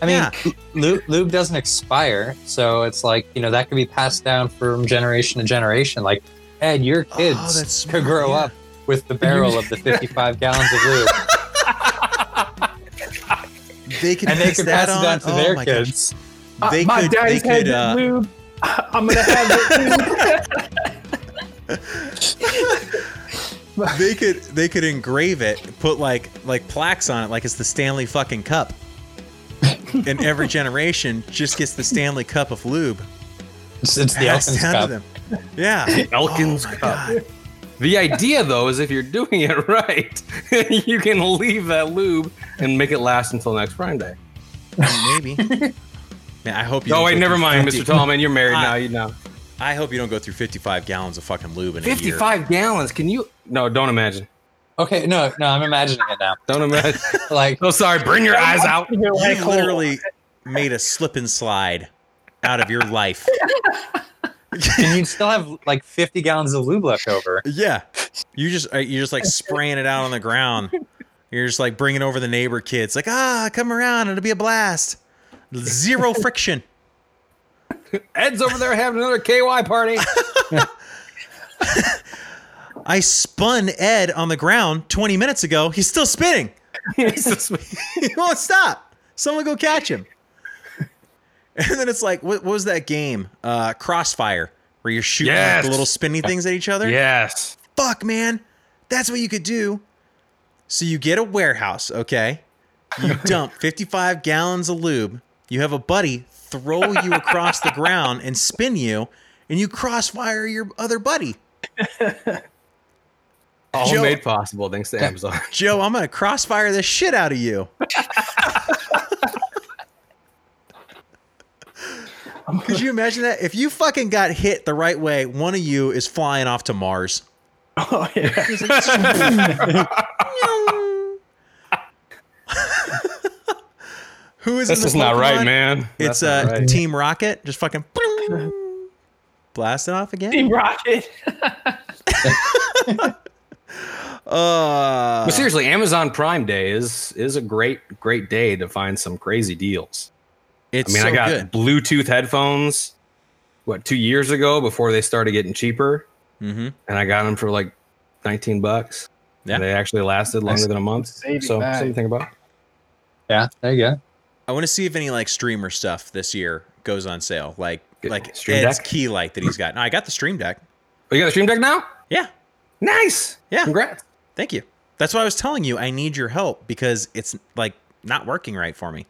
[SPEAKER 5] I mean,
[SPEAKER 2] Yeah.
[SPEAKER 5] lube, lube doesn't expire, so it's like you know that could be passed down from generation to generation. Like, Ed, your kids
[SPEAKER 2] Oh, that's smart,
[SPEAKER 5] could grow
[SPEAKER 2] yeah.
[SPEAKER 5] up with the barrel of the 55 gallons of lube,
[SPEAKER 2] They could
[SPEAKER 5] and they
[SPEAKER 2] pass
[SPEAKER 5] could
[SPEAKER 2] that
[SPEAKER 5] pass it
[SPEAKER 2] on.
[SPEAKER 5] down to
[SPEAKER 2] oh
[SPEAKER 5] their
[SPEAKER 2] my gosh.
[SPEAKER 5] kids.
[SPEAKER 1] Uh,
[SPEAKER 2] They
[SPEAKER 1] my
[SPEAKER 2] could-
[SPEAKER 1] daddy's
[SPEAKER 2] they
[SPEAKER 1] had
[SPEAKER 2] could, uh,
[SPEAKER 1] that lube. I'm gonna have it.
[SPEAKER 2] They could they could engrave it, put like like plaques on it, like it's the Stanley fucking cup. and every generation just gets the Stanley cup of lube.
[SPEAKER 5] It's, it's the
[SPEAKER 2] passed
[SPEAKER 5] Elkins
[SPEAKER 2] down
[SPEAKER 5] cup.
[SPEAKER 2] to them. Yeah. Oh
[SPEAKER 4] Elkins Cup. The idea, though, is if you're doing it right, you can leave that lube and make it last until next Prime Day.
[SPEAKER 2] Maybe. Man, I hope you.
[SPEAKER 4] No,
[SPEAKER 2] don't
[SPEAKER 4] wait,
[SPEAKER 2] go
[SPEAKER 4] never
[SPEAKER 2] through
[SPEAKER 4] mind,
[SPEAKER 2] 50
[SPEAKER 4] Mr. Tallman. You're married
[SPEAKER 2] Ah.
[SPEAKER 4] now. You know,
[SPEAKER 2] I hope you don't go through 55 gallons of fucking lube in a year.
[SPEAKER 4] fifty-five gallons. Can you? No, don't imagine.
[SPEAKER 5] Okay, no, no, I'm imagining it now.
[SPEAKER 4] Don't imagine.
[SPEAKER 5] Like,
[SPEAKER 4] oh, sorry. Bring your eyes out.
[SPEAKER 1] You're like,
[SPEAKER 2] You
[SPEAKER 1] cool.
[SPEAKER 2] literally made a slip and slide out of your life.
[SPEAKER 5] and you'd still have like 50 gallons of lube left over.
[SPEAKER 2] Yeah, you just uh, you're just like spraying it out on the ground. You're just like bringing over the neighbor kids, like ah, come around, it'll be a blast. Zero friction.
[SPEAKER 4] Ed's over there having another KY party.
[SPEAKER 2] I spun Ed on the ground 20 minutes ago. He's still spinning. he won't stop. Someone go catch him. And then it's like, what, what was that game? Uh, Crossfire, where you're shooting like,
[SPEAKER 4] Yes.
[SPEAKER 2] the little spinny things at each other.
[SPEAKER 4] yes.
[SPEAKER 2] fuck, man. That's what you could do. So you get a warehouse, okay? You dump 55 gallons of lube. You have a buddy throw you across the ground and spin you, and you crossfire your other buddy.
[SPEAKER 4] All
[SPEAKER 2] Joe-
[SPEAKER 4] made possible thanks to Amazon.
[SPEAKER 2] Joe, I'm gonna crossfire the shit out of you. Could you imagine that? If you fucking got hit the right way, one of you is flying off to Mars.
[SPEAKER 1] Oh, yeah.
[SPEAKER 2] Who is in
[SPEAKER 4] this
[SPEAKER 2] the
[SPEAKER 4] is not right,
[SPEAKER 2] Pokemon?
[SPEAKER 4] man.
[SPEAKER 2] It's
[SPEAKER 4] That's
[SPEAKER 2] uh,
[SPEAKER 4] not right.
[SPEAKER 2] Team Rocket. Just fucking blast it off again.
[SPEAKER 1] Team Rocket.
[SPEAKER 2] Uh,
[SPEAKER 4] But
[SPEAKER 5] Uh,
[SPEAKER 4] seriously, Amazon Prime Day is is a great great day to find some crazy deals. I
[SPEAKER 2] it's
[SPEAKER 4] mean,
[SPEAKER 2] so
[SPEAKER 4] I got
[SPEAKER 2] good.
[SPEAKER 4] Bluetooth headphones, what two years ago before they started getting cheaper,
[SPEAKER 2] Mm-hmm.
[SPEAKER 4] and I got them for like nineteen bucks.
[SPEAKER 2] Yeah.
[SPEAKER 4] Yeah, they actually lasted longer than a month.
[SPEAKER 1] Saving
[SPEAKER 4] So,
[SPEAKER 1] back.
[SPEAKER 4] so you think about?
[SPEAKER 5] Yeah, there you go.
[SPEAKER 2] I want to see if any like streamer stuff this year goes on sale. Like
[SPEAKER 4] Good.
[SPEAKER 2] like
[SPEAKER 4] Stream
[SPEAKER 2] Ed's
[SPEAKER 4] Deck?
[SPEAKER 2] key light that he's got. No, I got the stream deck.
[SPEAKER 4] Oh, you got a stream deck now?
[SPEAKER 2] Yeah,
[SPEAKER 4] Nice.
[SPEAKER 2] Yeah.
[SPEAKER 4] Congrats.
[SPEAKER 2] thank you. That's why I was telling you I need your help because it's like not working right for me.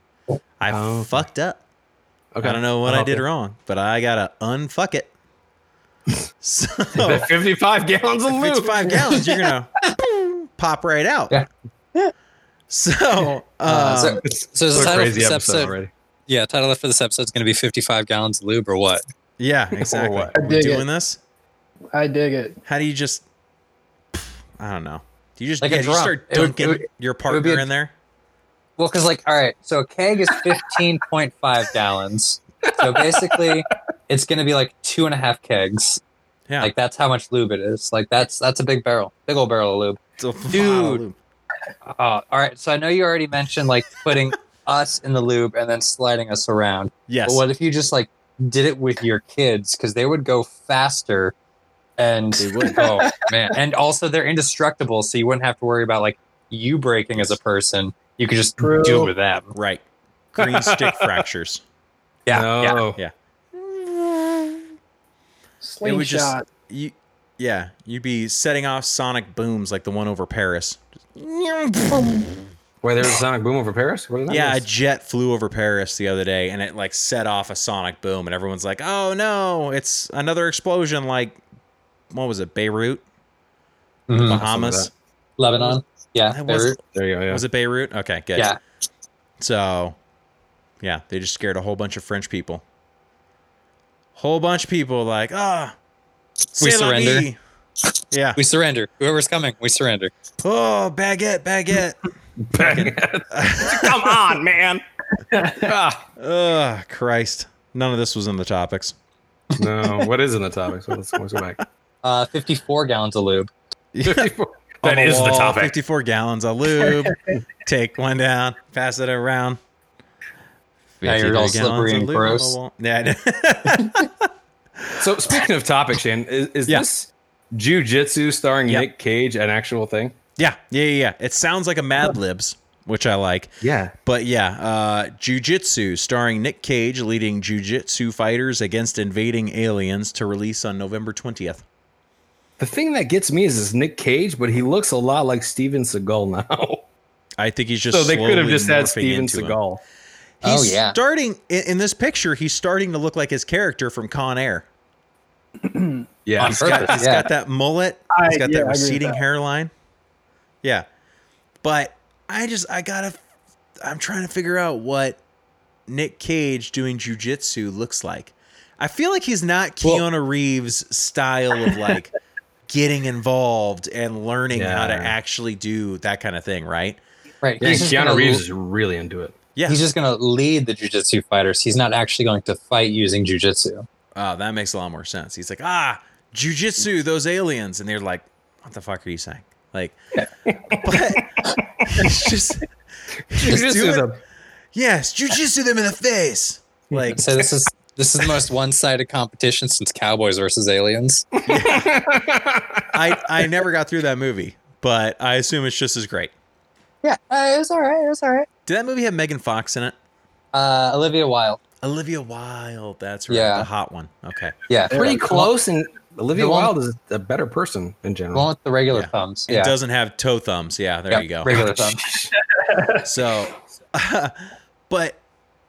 [SPEAKER 2] I
[SPEAKER 4] Oh, okay.
[SPEAKER 2] fucked up. I don't know what I
[SPEAKER 4] Oh.
[SPEAKER 2] did wrong, but I gotta unfuck it. So
[SPEAKER 4] The Fifty-five gallons of
[SPEAKER 2] if it's
[SPEAKER 4] lube.
[SPEAKER 2] five gallons, you're gonna pop right out.
[SPEAKER 5] Yeah.
[SPEAKER 2] So,
[SPEAKER 5] Uh,
[SPEAKER 2] um,
[SPEAKER 5] so, so is
[SPEAKER 4] What a
[SPEAKER 5] the title for
[SPEAKER 4] crazy
[SPEAKER 5] this
[SPEAKER 4] episode,
[SPEAKER 5] episode?
[SPEAKER 4] already.
[SPEAKER 5] Yeah, title for this episode is going to be 55 gallons of lube or what?
[SPEAKER 2] yeah, exactly.
[SPEAKER 4] what?
[SPEAKER 2] We're
[SPEAKER 1] dig
[SPEAKER 2] doing
[SPEAKER 1] it.
[SPEAKER 2] this.
[SPEAKER 1] I dig it.
[SPEAKER 2] How do you just? I don't know. Do you just,
[SPEAKER 5] Like a
[SPEAKER 2] yeah, do you
[SPEAKER 5] drum.
[SPEAKER 2] start
[SPEAKER 5] It would- it
[SPEAKER 2] dunking
[SPEAKER 5] would-
[SPEAKER 2] your
[SPEAKER 5] would be
[SPEAKER 2] partner
[SPEAKER 5] a-
[SPEAKER 2] in there?
[SPEAKER 5] Well, because like, all right, so a keg is fifteen point five gallons. So basically, it's going to be like two and a half kegs.
[SPEAKER 2] Yeah,
[SPEAKER 5] Like that's how much lube it is. Like that's that's a big barrel, big old barrel of lube.
[SPEAKER 2] It's a lot of
[SPEAKER 5] dude.
[SPEAKER 2] lube.
[SPEAKER 5] Uh, all right, so I know you already mentioned like putting us in the lube and then sliding us around.
[SPEAKER 2] Yes.
[SPEAKER 5] But what if you just like did it with your kids because they would go faster and
[SPEAKER 2] They would.
[SPEAKER 5] oh man and also they're indestructible so you wouldn't have to worry about like you breaking as a person you could just
[SPEAKER 1] True.
[SPEAKER 5] do it with them
[SPEAKER 2] Right. Green stick fractures.
[SPEAKER 5] yeah yeah
[SPEAKER 4] No.
[SPEAKER 2] yeah.
[SPEAKER 1] Slingshot.
[SPEAKER 2] just- You, yeah, you'd be setting off sonic booms like the one over Paris.
[SPEAKER 4] Where there was a sonic boom over Paris? What did I
[SPEAKER 2] Yeah, a
[SPEAKER 4] miss?
[SPEAKER 2] jet flew over Paris the other day and it like set off a sonic boom and everyone's like, "Oh no, it's another explosion like what was it? Beirut, Mm-hmm.
[SPEAKER 5] Mhm.
[SPEAKER 2] Bahamas?
[SPEAKER 4] Something
[SPEAKER 5] lebanon yeah
[SPEAKER 2] That was-
[SPEAKER 5] Beirut.
[SPEAKER 4] There you go. Yeah.
[SPEAKER 2] Was it Beirut? Okay, good.
[SPEAKER 5] yeah
[SPEAKER 2] So, yeah, they just scared a whole bunch of French people. Whole bunch of people like, "Ah,
[SPEAKER 5] We
[SPEAKER 2] c'est la
[SPEAKER 5] surrender.
[SPEAKER 2] vie." Yeah.
[SPEAKER 5] we surrender whoever's coming we surrender
[SPEAKER 2] Oh, baguette, baguette.
[SPEAKER 4] Come on, man.
[SPEAKER 2] Ah. Ugh, Christ. None of this was in the topics.
[SPEAKER 4] No, what is in the topics? Let's, let's go back.
[SPEAKER 5] uh 54 gallons of lube
[SPEAKER 4] That is the topic.
[SPEAKER 2] 54 gallons of lube. Take one down, pass it around.
[SPEAKER 5] Now you're
[SPEAKER 2] 53
[SPEAKER 5] all
[SPEAKER 2] gallons
[SPEAKER 5] slippery
[SPEAKER 2] of
[SPEAKER 5] and
[SPEAKER 2] lube on the
[SPEAKER 5] gross.
[SPEAKER 2] wall. Yeah. I know.
[SPEAKER 4] So speaking of topics, Shan, is, is
[SPEAKER 2] Yeah.
[SPEAKER 4] this Jiu-Jitsu starring
[SPEAKER 2] Yep.
[SPEAKER 4] Nick Cage, an actual thing.
[SPEAKER 2] Yeah, yeah, yeah. yeah. It sounds like a Mad Libs, which I like.
[SPEAKER 4] Yeah.
[SPEAKER 2] But yeah, uh, Jujitsu, starring Nick Cage leading jujitsu fighters against invading aliens to release on November 20th.
[SPEAKER 4] The thing that gets me is this Nick Cage, but he looks a lot like Steven Seagal now.
[SPEAKER 2] I think he's just
[SPEAKER 4] so they could have
[SPEAKER 2] slowly
[SPEAKER 4] just had
[SPEAKER 2] morphing
[SPEAKER 4] Steven
[SPEAKER 2] into him.
[SPEAKER 4] Seagal.
[SPEAKER 5] Oh,
[SPEAKER 2] He's
[SPEAKER 5] yeah.
[SPEAKER 2] starting in, in this picture. He's starting to look like his character from Con Air.
[SPEAKER 4] Yeah.
[SPEAKER 5] On purpose,
[SPEAKER 2] He's
[SPEAKER 5] yeah.
[SPEAKER 2] got that mullet.
[SPEAKER 1] I-
[SPEAKER 2] He's got that
[SPEAKER 1] yeah, I agree with
[SPEAKER 2] receding
[SPEAKER 1] that.
[SPEAKER 2] hairline. Yeah, but I just I gotta. I'm trying to figure out what Nick Cage doing jujitsu looks like. I feel like he's not
[SPEAKER 4] Well-
[SPEAKER 2] Keanu Reeves' style of like getting involved and learning how to
[SPEAKER 4] Yeah.
[SPEAKER 2] actually do that kind of thing, right?
[SPEAKER 5] Right.
[SPEAKER 4] Yeah,
[SPEAKER 5] he's just
[SPEAKER 4] Keanu
[SPEAKER 5] gonna-
[SPEAKER 4] Reeves is really into it.
[SPEAKER 2] Yeah.
[SPEAKER 5] He's just going to lead the jujitsu fighters. He's not actually going to fight using jujitsu.
[SPEAKER 2] Oh, that makes a lot more sense. He's like, ah, jujitsu, those aliens. And they're like, what the fuck are you saying? Like, but he's just, he's
[SPEAKER 4] Jiu-Jitsu
[SPEAKER 2] doing-
[SPEAKER 4] is a-
[SPEAKER 2] yes, jujitsu them in the face. Like,
[SPEAKER 5] So this is this is the most one-sided competition since Cowboys versus Aliens.
[SPEAKER 2] I, I never got through that movie, but I assume it's just as great.
[SPEAKER 5] Yeah, uh, it was all right. It was all right.
[SPEAKER 2] Did that movie have Megan Fox in it?
[SPEAKER 5] Uh, Olivia Wilde.
[SPEAKER 2] Olivia Wilde. That's right.
[SPEAKER 5] Yeah.
[SPEAKER 2] The hot one. Okay.
[SPEAKER 5] Yeah,
[SPEAKER 4] pretty close, and Olivia
[SPEAKER 5] the one-
[SPEAKER 4] Wilde is a better person in
[SPEAKER 5] The
[SPEAKER 4] general.
[SPEAKER 5] one with the regular
[SPEAKER 2] Yeah.
[SPEAKER 5] thumbs.
[SPEAKER 2] It
[SPEAKER 5] Yeah,
[SPEAKER 2] doesn't have toe thumbs. Yeah. There
[SPEAKER 5] Yeah,
[SPEAKER 2] you go.
[SPEAKER 5] Regular thumbs.
[SPEAKER 2] So, but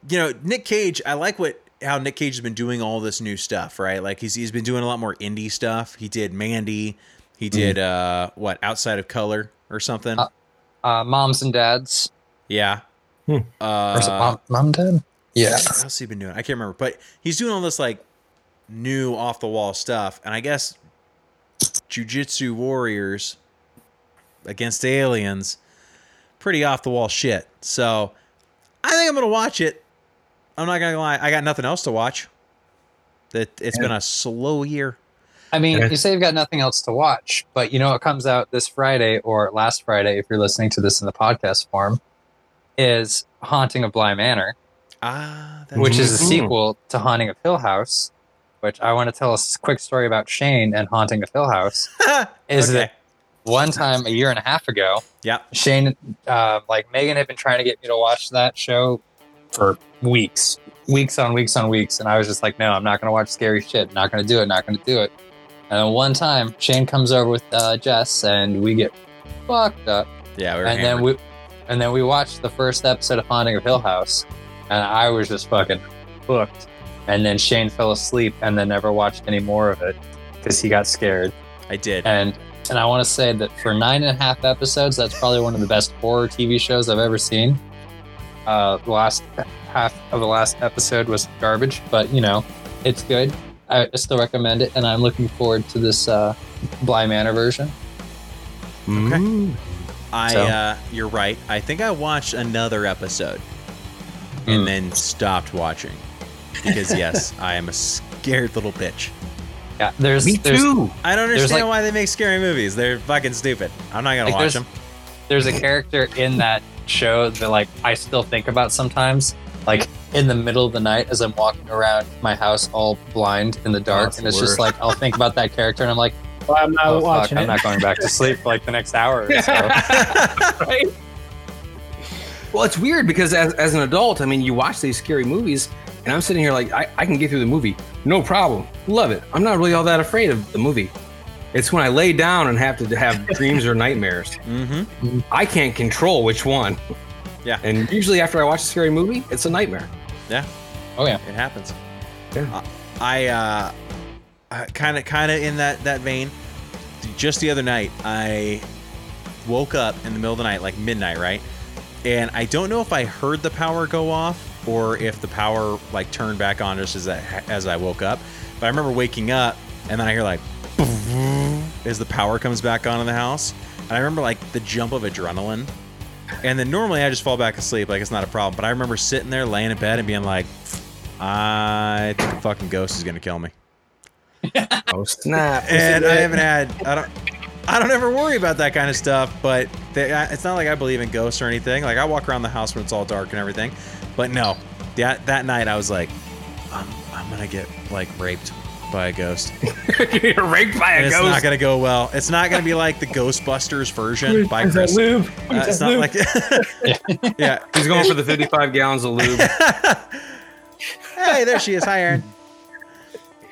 [SPEAKER 2] you know, Nick Cage, I like what how Nick Cage has been doing all this new stuff, right? Like he's he's been doing a lot more indie stuff. He did Mandy, he did uh what Outside of Color or something.
[SPEAKER 5] Uh, Uh, moms and dads.
[SPEAKER 2] yeah.
[SPEAKER 4] Hmm.
[SPEAKER 5] Or is it
[SPEAKER 2] Uh,
[SPEAKER 5] mom, mom, and dad? Yeah.
[SPEAKER 2] what else he been doing? I can't remember, but he's doing all this like new off the wall stuff, and I guess Jujitsu Warriors against aliens, pretty off the wall shit. So I think I'm gonna watch it. I'm not gonna lie, I got nothing else to watch. That it's been a slow year.
[SPEAKER 5] I mean,
[SPEAKER 4] Yeah.
[SPEAKER 5] you say you've got nothing else to watch, but you know what comes out this Friday or last Friday, if you're listening to this in the podcast form, is Haunting of Bly Manor,
[SPEAKER 2] Ah, that's
[SPEAKER 5] which is a
[SPEAKER 4] Mhm.
[SPEAKER 5] sequel to Haunting of Hill House. Which I want to tell a s- quick story about Shane and Haunting of Hill House. Is
[SPEAKER 2] Okay.
[SPEAKER 5] that one time a year and a half ago,
[SPEAKER 2] Yeah.
[SPEAKER 5] Shane, uh, like Megan had been trying to get me to watch that show for weeks, weeks on weeks on weeks. And I was just like, no, I'm not going to watch scary shit. Not going to do it. Not going to do it. And then one time, Shane comes over with uh, Jess and we get fucked up.
[SPEAKER 2] yeah, we were
[SPEAKER 5] and then we. And then we watched the first episode of Haunting of Hill House, and I was just fucking hooked. And then Shane fell asleep, and then never watched any more of it because he got scared
[SPEAKER 2] I did.
[SPEAKER 5] and and I want to say that for nine and a half episodes, that's probably one of the best horror TV shows I've ever seen. Uh, the last half of the last episode was garbage, but you know, it's good. I still recommend it, and I'm looking forward to this uh, Bly Manor version.
[SPEAKER 4] Mm.
[SPEAKER 2] I
[SPEAKER 5] So-
[SPEAKER 2] uh, you're right. I think I watched another episode and
[SPEAKER 5] Mm.
[SPEAKER 2] then stopped watching because yes, I am a scared little bitch.
[SPEAKER 5] Yeah, there's
[SPEAKER 4] Me
[SPEAKER 5] there's,
[SPEAKER 4] too.
[SPEAKER 2] I don't
[SPEAKER 5] There's,
[SPEAKER 2] understand
[SPEAKER 5] like-
[SPEAKER 2] why they make scary movies. They're fucking stupid. I'm not gonna
[SPEAKER 5] Like,
[SPEAKER 2] watch
[SPEAKER 5] there's-
[SPEAKER 2] them.
[SPEAKER 5] there's a character in that show that like I still think about sometimes. Like in the middle of the night as I'm walking around my house all blind in the dark,
[SPEAKER 4] That's
[SPEAKER 5] and it's
[SPEAKER 4] the worst.
[SPEAKER 5] just like I'll think about that character, and I'm like.
[SPEAKER 1] Well, I'm not
[SPEAKER 5] Oh, fuck,
[SPEAKER 1] watching
[SPEAKER 5] I'm
[SPEAKER 1] it.
[SPEAKER 5] not going back to sleep for like the next hour or so.
[SPEAKER 4] Well, it's weird because as, as an adult, I mean, you watch these scary movies, and I'm sitting here like, I, I can get through the movie. No problem. Love it. I'm not really all that afraid of the movie. It's when I lay down and have to have dreams or nightmares.
[SPEAKER 2] mm-hmm.
[SPEAKER 4] I can't control which one.
[SPEAKER 2] Yeah.
[SPEAKER 4] And usually after I watch a scary movie, it's a nightmare.
[SPEAKER 5] Oh yeah.
[SPEAKER 2] It happens.
[SPEAKER 4] Yeah.
[SPEAKER 2] I uh, kind of, kind of in that that vein. Just the other night, I woke up in the middle of the night, like midnight, right? And I don't know if I heard the power go off or if the power like turned back on just as I, as I woke up. But I remember waking up and then I hear like as the power comes back on in the house, and I remember like the jump of adrenaline. And then normally I just fall back asleep, like it's not a problem. But I remember sitting there, laying in bed, and being like, I think the fucking ghost is gonna kill me.
[SPEAKER 4] Oh, snap.
[SPEAKER 2] And I haven't had I don't I don't ever worry about that kind of stuff, but they, I, it's not like I believe in ghosts or anything. Like I walk around the house when it's all dark and everything. But no, that that night I was like, I'm, I'm gonna get like raped by a ghost.
[SPEAKER 4] You're raped by
[SPEAKER 2] And
[SPEAKER 4] a
[SPEAKER 2] it's not
[SPEAKER 4] ghost.
[SPEAKER 2] gonna go well. It's not gonna be like the Ghostbusters version by Chris. Uh,
[SPEAKER 1] lube?
[SPEAKER 2] it's not like yeah.
[SPEAKER 4] He's going for the 55 gallons of lube.
[SPEAKER 2] Hey, there she is. Hi, Aaron.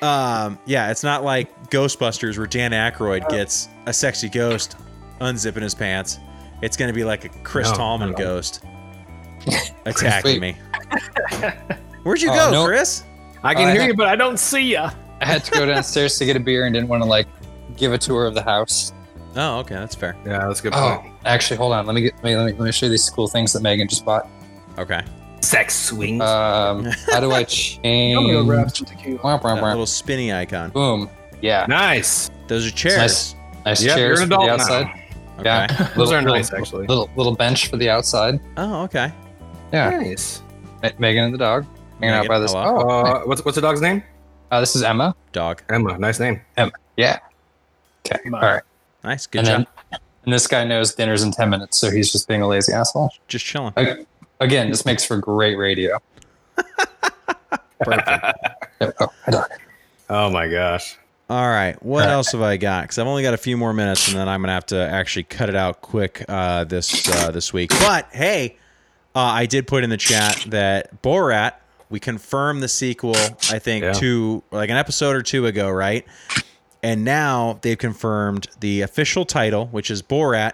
[SPEAKER 2] Um, yeah, it's not like Ghostbusters where Dan Aykroyd gets a sexy ghost unzipping his pants. It's gonna be like a Chris
[SPEAKER 4] No,
[SPEAKER 2] Tallman
[SPEAKER 4] no.
[SPEAKER 2] ghost attacking me.
[SPEAKER 5] wait.
[SPEAKER 2] Where'd you
[SPEAKER 5] Oh,
[SPEAKER 2] go,
[SPEAKER 5] no.
[SPEAKER 2] Chris?
[SPEAKER 4] I
[SPEAKER 5] Oh,
[SPEAKER 4] can
[SPEAKER 5] I
[SPEAKER 4] hear
[SPEAKER 5] know.
[SPEAKER 4] you.
[SPEAKER 1] but I don't see ya.
[SPEAKER 5] I had to go downstairs to get a beer and didn't want to like give a tour of the house.
[SPEAKER 2] Oh, okay, that's fair.
[SPEAKER 4] Yeah, that's a good
[SPEAKER 5] Oh,
[SPEAKER 4] point.
[SPEAKER 5] actually, hold on. Let me get let me let me, let me show you these cool things that Megan just bought.
[SPEAKER 2] Okay,
[SPEAKER 4] Sex swings.
[SPEAKER 5] Um, how do I change?
[SPEAKER 1] I'm gonna go grab some tequila.
[SPEAKER 5] Wah, wah,
[SPEAKER 2] that
[SPEAKER 5] wah.
[SPEAKER 2] little spinny icon.
[SPEAKER 5] Boom. Yeah.
[SPEAKER 4] nice.
[SPEAKER 2] Those are chairs.
[SPEAKER 5] Nice
[SPEAKER 4] Yep, you're
[SPEAKER 5] chairs
[SPEAKER 4] an
[SPEAKER 5] for the
[SPEAKER 4] adult now.
[SPEAKER 5] outside.
[SPEAKER 2] Okay.
[SPEAKER 5] Yeah.
[SPEAKER 4] Those
[SPEAKER 5] Little-
[SPEAKER 4] are nice,
[SPEAKER 5] little-
[SPEAKER 4] actually.
[SPEAKER 5] Little little bench for the outside.
[SPEAKER 2] Oh, okay.
[SPEAKER 5] Yeah.
[SPEAKER 4] Nice.
[SPEAKER 5] Me- Megan and the dog hanging out
[SPEAKER 2] Megan,
[SPEAKER 5] by this.
[SPEAKER 2] hello.
[SPEAKER 5] Oh,
[SPEAKER 4] Uh, what's what's the dog's name?
[SPEAKER 5] uh, this is Emma.
[SPEAKER 2] Dog.
[SPEAKER 4] Emma. Nice name.
[SPEAKER 1] All
[SPEAKER 5] right.
[SPEAKER 2] Nice. Good
[SPEAKER 5] and
[SPEAKER 2] job.
[SPEAKER 5] then and this guy knows dinner's in ten minutes, so he's just being a lazy asshole.
[SPEAKER 2] Just chilling.
[SPEAKER 5] Again, this makes for great radio. Oh, oh, hi, dog.
[SPEAKER 4] oh my gosh.
[SPEAKER 2] All right. What else have I got? Because I've only got a few more minutes, and then I'm gonna have to actually cut it out quick uh, this uh, this week. But hey, uh, I did put in the chat that Borat. We confirmed the sequel. I think
[SPEAKER 4] Yeah.
[SPEAKER 2] two like an episode or two ago, right? And now they've confirmed the official title, which is Borat: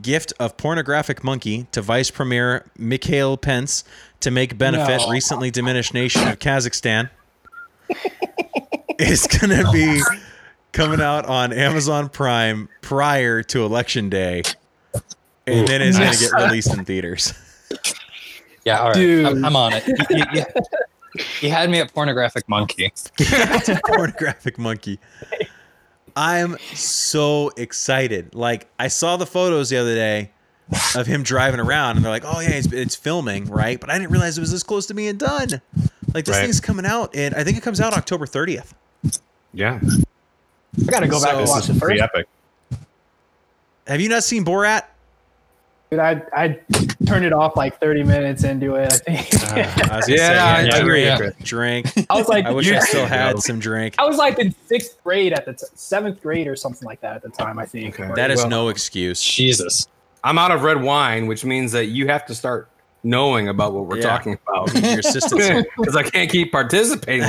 [SPEAKER 2] Gift of Pornographic Monkey to Vice Premier Mikhail Pence to make benefit
[SPEAKER 1] No.
[SPEAKER 2] recently diminished nation of Kazakhstan. It's gonna be coming out on Amazon Prime prior to election day, and then it's gonna get released in theaters.
[SPEAKER 5] Yeah, all right.
[SPEAKER 1] Dude.
[SPEAKER 5] I'm, I'm on it. You, you- you- you had me at pornographic monkey.
[SPEAKER 2] Pornographic monkey. I'm so excited. Like I saw the photos the other day of him driving around, and they're like, "Oh yeah, it's, it's filming, right?" But I didn't realize it was this close to being done. Like this
[SPEAKER 4] Right.
[SPEAKER 2] thing's coming out, and I think it comes out October 30th.
[SPEAKER 4] Yeah.
[SPEAKER 1] I gotta go back
[SPEAKER 2] So-
[SPEAKER 1] and watch the first.
[SPEAKER 4] Pretty epic.
[SPEAKER 2] Have you not seen Borat?
[SPEAKER 1] Dude, I I turned it off like 30 minutes into it. I think
[SPEAKER 2] I was gonna
[SPEAKER 4] Yeah, I
[SPEAKER 2] say,
[SPEAKER 5] agree.
[SPEAKER 2] yeah, drink, drink.
[SPEAKER 1] I was like,
[SPEAKER 2] I wish I
[SPEAKER 1] you-
[SPEAKER 2] still had some drink.
[SPEAKER 1] I was like in sixth grade at the t- seventh grade or something like that at the time. I think
[SPEAKER 4] Okay.
[SPEAKER 2] That is
[SPEAKER 4] Well-
[SPEAKER 2] no excuse.
[SPEAKER 5] Jesus.
[SPEAKER 4] I'm out of red wine, which means that you have to start knowing about what we're
[SPEAKER 2] Yeah.
[SPEAKER 4] talking about
[SPEAKER 2] Your assistants.
[SPEAKER 4] because I can't keep participating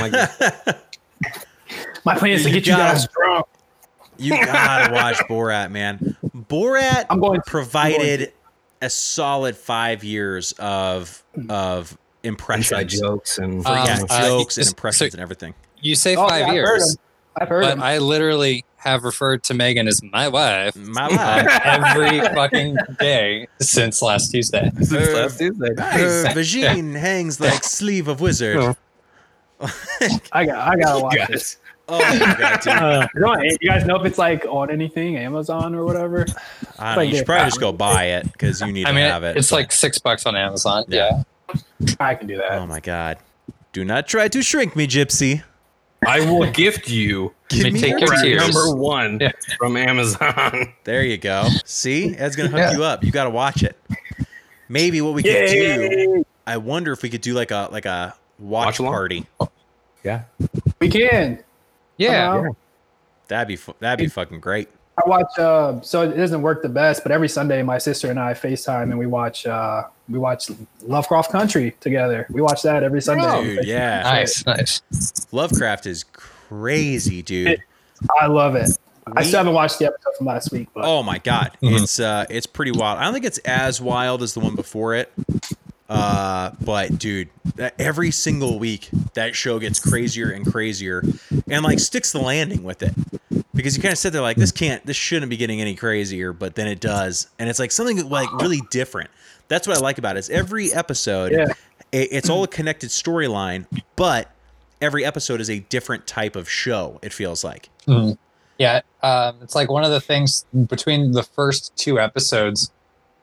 [SPEAKER 4] like this.
[SPEAKER 1] my plan is to
[SPEAKER 2] You
[SPEAKER 1] get you
[SPEAKER 2] gotta-
[SPEAKER 1] guys drunk.
[SPEAKER 2] you gotta watch Borat, man. Borat
[SPEAKER 1] I'm going. To,
[SPEAKER 2] provided a solid five years of of
[SPEAKER 4] Inside
[SPEAKER 2] impressions.
[SPEAKER 4] jokes and
[SPEAKER 5] Um,
[SPEAKER 2] yeah,
[SPEAKER 5] uh,
[SPEAKER 2] jokes and
[SPEAKER 5] so-
[SPEAKER 2] impressions and everything.
[SPEAKER 5] You say
[SPEAKER 1] Oh,
[SPEAKER 5] five
[SPEAKER 1] yeah, I've heard
[SPEAKER 5] years,
[SPEAKER 1] him. I've heard
[SPEAKER 5] but
[SPEAKER 1] him.
[SPEAKER 5] I literally have referred to Megan as my wife
[SPEAKER 2] My
[SPEAKER 5] uh,
[SPEAKER 2] life.
[SPEAKER 5] every fucking day since last Tuesday.
[SPEAKER 4] Since last Tuesday.
[SPEAKER 2] Her vagine hangs like sleeve of wizard.
[SPEAKER 1] I got. I gotta watch it.
[SPEAKER 4] Guys.
[SPEAKER 2] Oh my god, dude.
[SPEAKER 1] You know, you guys know if it's like on anything, Amazon or whatever.
[SPEAKER 2] I don't know, you should probably just go buy it because you need
[SPEAKER 5] I mean,
[SPEAKER 2] to have it.
[SPEAKER 5] it's like six bucks on Amazon.
[SPEAKER 2] Yeah.
[SPEAKER 5] Yeah.
[SPEAKER 1] I can do that.
[SPEAKER 2] oh my god. Do not try to shrink me, Gypsy.
[SPEAKER 4] I will gift you
[SPEAKER 2] Give
[SPEAKER 5] Me
[SPEAKER 2] me
[SPEAKER 5] take
[SPEAKER 2] your
[SPEAKER 5] your
[SPEAKER 2] brain.
[SPEAKER 5] tears.
[SPEAKER 4] number one
[SPEAKER 5] Yeah.
[SPEAKER 4] from Amazon.
[SPEAKER 2] There you go. See, Ed's gonna hook
[SPEAKER 5] Yeah.
[SPEAKER 2] you up. You gotta watch it. Maybe what we could do.
[SPEAKER 1] Yay!
[SPEAKER 2] I wonder if we could do like a like a watch,
[SPEAKER 4] Watch along?
[SPEAKER 2] party.
[SPEAKER 1] We can.
[SPEAKER 5] Yeah.
[SPEAKER 1] Um,
[SPEAKER 2] That'd be fu- that'd be fucking great.
[SPEAKER 1] I watch. Uh, so it doesn't work the best, but every Sunday, my sister and I FaceTime and we watch. Uh, we watch Lovecraft Country together. We watch that every Sunday.
[SPEAKER 2] Dude,
[SPEAKER 1] Uh-huh.
[SPEAKER 2] yeah.
[SPEAKER 5] Nice, nice.
[SPEAKER 2] Lovecraft is crazy, dude.
[SPEAKER 1] It- I love it. I
[SPEAKER 2] We-
[SPEAKER 1] still haven't watched the episode from last week, but
[SPEAKER 2] oh my god,
[SPEAKER 5] Mhm.
[SPEAKER 2] it's uh, it's pretty wild. I don't think it's as wild as the one before it, uh, but dude, that, every single week that show gets crazier and crazier, and like sticks the landing with it because you kind of sit there like this can't, this shouldn't be getting any crazier, but then it does, and it's like something like really different. That's what I like about it. Is every episode,
[SPEAKER 1] Yeah.
[SPEAKER 2] it, it's all a connected storyline, but every episode is a different type of show. It feels like.
[SPEAKER 5] Mm. Yeah, um, it's like one of the things between the first two episodes,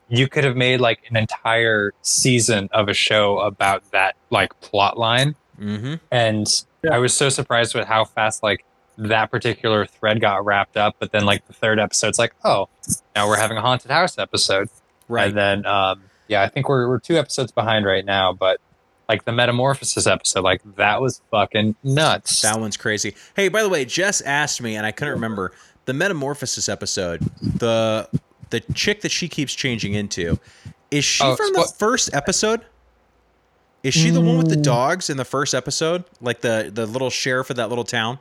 [SPEAKER 5] you could have made like an entire season of a show about that like plot line,
[SPEAKER 2] Mm-hmm.
[SPEAKER 5] and
[SPEAKER 1] Yeah.
[SPEAKER 5] I was so surprised with how fast like that particular thread got wrapped up. But then like the third episode's like, oh, now we're having a haunted house episode,
[SPEAKER 2] Right.
[SPEAKER 5] And then um, yeah, I think we're we're two episodes behind right now, but like the metamorphosis episode. Like that was fucking nuts.
[SPEAKER 2] That one's crazy. Hey, by the way, Jess asked me, and I couldn't remember the metamorphosis episode. The the chick that she keeps changing into is she
[SPEAKER 5] Oh,
[SPEAKER 2] from the
[SPEAKER 5] spo-
[SPEAKER 2] first episode? Is she the one with the dogs in the first episode, like the the little sheriff of that little town?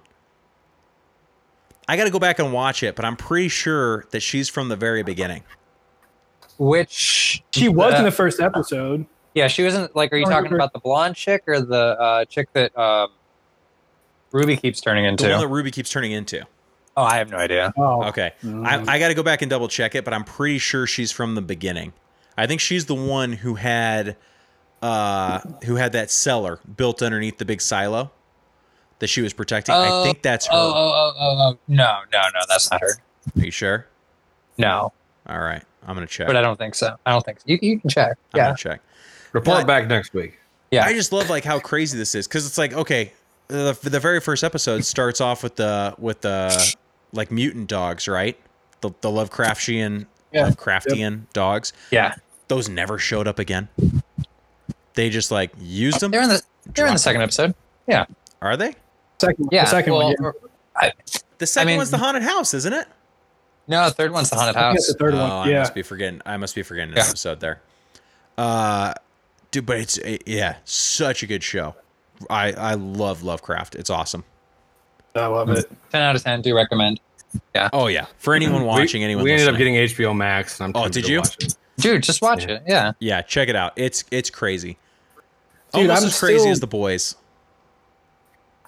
[SPEAKER 2] I got to go back and watch it, but I'm pretty sure that she's from the very beginning.
[SPEAKER 5] Which
[SPEAKER 1] She was
[SPEAKER 5] uh,
[SPEAKER 1] in the first episode.
[SPEAKER 5] yeah, she wasn't like. Are you talking about the blonde chick or the uh, chick that um, Ruby keeps turning
[SPEAKER 2] The one that
[SPEAKER 5] into?
[SPEAKER 2] Ruby keeps turning into.
[SPEAKER 5] Oh, I have no idea.
[SPEAKER 1] Oh,
[SPEAKER 2] Okay.
[SPEAKER 1] Mm.
[SPEAKER 2] I, I got to go back and double check it, but I'm pretty sure she's from the beginning. I think she's the one who had uh who had that cellar built underneath the big silo that she was protecting. I
[SPEAKER 5] Oh,
[SPEAKER 2] think that's her.
[SPEAKER 5] Oh, oh, oh, oh, oh, no, no, no, that's not her.
[SPEAKER 2] Are you sure?
[SPEAKER 5] No,
[SPEAKER 2] All right. I'm going to check.
[SPEAKER 5] but I don't think so. I don't think so. You, you can check.
[SPEAKER 2] I'm
[SPEAKER 5] Yeah,
[SPEAKER 2] going to check.
[SPEAKER 4] Report
[SPEAKER 2] But-
[SPEAKER 4] back next week.
[SPEAKER 5] Yeah.
[SPEAKER 2] I just love like how crazy this is cuz it's like okay, the, the very first episode starts off with the with the like mutant dogs, right? The the Lovecraftian
[SPEAKER 1] Yeah.
[SPEAKER 2] Lovecraftian dogs.
[SPEAKER 5] yeah.
[SPEAKER 2] those never showed up again. They just like used them.
[SPEAKER 5] They're in the they're in the
[SPEAKER 2] Dropped.
[SPEAKER 5] second episode.
[SPEAKER 2] Are they?
[SPEAKER 1] second,
[SPEAKER 5] Yeah,
[SPEAKER 1] the second
[SPEAKER 5] well,
[SPEAKER 1] one. Yeah.
[SPEAKER 5] or-
[SPEAKER 2] The second
[SPEAKER 5] mean-
[SPEAKER 2] one's the haunted house, isn't it?
[SPEAKER 5] no, the third one's the haunted
[SPEAKER 1] I think it's
[SPEAKER 5] house.
[SPEAKER 1] the third
[SPEAKER 2] oh,
[SPEAKER 1] one.
[SPEAKER 2] I
[SPEAKER 1] Yeah.
[SPEAKER 2] must be forgetting. I must be forgetting an
[SPEAKER 5] Yeah.
[SPEAKER 2] episode there. Uh, dude, but it's it, yeah, such a good show. I I love Lovecraft. It's awesome.
[SPEAKER 1] I love it.
[SPEAKER 5] Ten out of ten. Do recommend.
[SPEAKER 2] Oh yeah, for anyone watching,
[SPEAKER 4] we,
[SPEAKER 2] anyone.
[SPEAKER 4] We ended
[SPEAKER 2] listening.
[SPEAKER 4] up getting HBO Max. And I'm
[SPEAKER 2] Oh,
[SPEAKER 4] tempted
[SPEAKER 2] did
[SPEAKER 4] to
[SPEAKER 2] you?
[SPEAKER 4] watch it.
[SPEAKER 5] Dude, just watch it. Yeah.
[SPEAKER 2] Yeah, check it out. It's it's crazy.
[SPEAKER 1] Dude,
[SPEAKER 2] Almost
[SPEAKER 1] I'm
[SPEAKER 2] as crazy
[SPEAKER 1] still-
[SPEAKER 2] as the boys.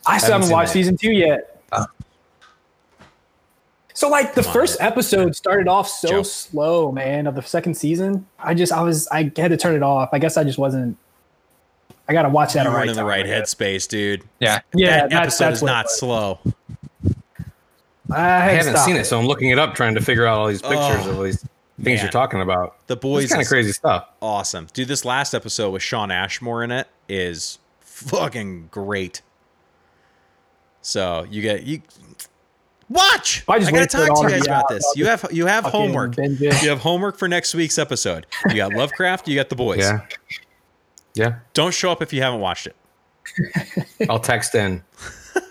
[SPEAKER 1] I still
[SPEAKER 4] Haven't
[SPEAKER 1] haven't
[SPEAKER 4] seen
[SPEAKER 1] watched
[SPEAKER 4] that.
[SPEAKER 1] season two yet.
[SPEAKER 5] Oh.
[SPEAKER 1] So like the
[SPEAKER 2] Come on,
[SPEAKER 1] first episode started off so
[SPEAKER 2] Joe.
[SPEAKER 1] slow, man, of the second season. I just I was I had to turn it off. I guess I just wasn't I gotta watch that
[SPEAKER 2] You
[SPEAKER 1] at a
[SPEAKER 2] were
[SPEAKER 1] right
[SPEAKER 2] in the
[SPEAKER 1] time,
[SPEAKER 2] right
[SPEAKER 1] I guess.
[SPEAKER 2] headspace, dude.
[SPEAKER 5] Yeah.
[SPEAKER 1] Yeah,
[SPEAKER 2] that
[SPEAKER 1] that-
[SPEAKER 2] episode
[SPEAKER 1] that's
[SPEAKER 2] is
[SPEAKER 1] what it
[SPEAKER 2] not
[SPEAKER 1] was.
[SPEAKER 2] slow.
[SPEAKER 1] I,
[SPEAKER 4] I haven't seen it,
[SPEAKER 1] it.
[SPEAKER 4] so I'm looking it up, trying to figure out all these pictures
[SPEAKER 2] Oh,
[SPEAKER 4] of all these things
[SPEAKER 2] man.
[SPEAKER 4] you're talking about.
[SPEAKER 2] The boys
[SPEAKER 4] It's kind of
[SPEAKER 2] is-
[SPEAKER 4] crazy stuff.
[SPEAKER 2] awesome. Dude, this last episode with Sean Ashmore in it is fucking great. So you get you watch.
[SPEAKER 1] I
[SPEAKER 2] I,
[SPEAKER 1] just
[SPEAKER 2] gotta
[SPEAKER 1] wait for it
[SPEAKER 2] talk
[SPEAKER 1] all
[SPEAKER 2] to you
[SPEAKER 1] to
[SPEAKER 2] guys
[SPEAKER 1] be
[SPEAKER 2] about
[SPEAKER 1] out.
[SPEAKER 2] this.
[SPEAKER 1] I'll
[SPEAKER 2] You have you have
[SPEAKER 1] fucking
[SPEAKER 2] homework.
[SPEAKER 1] binge
[SPEAKER 2] You
[SPEAKER 1] it.
[SPEAKER 2] have homework for next week's episode. You got Lovecraft. You got the boys.
[SPEAKER 4] Yeah, yeah.
[SPEAKER 2] Don't show up if you haven't watched it.
[SPEAKER 4] I'll text in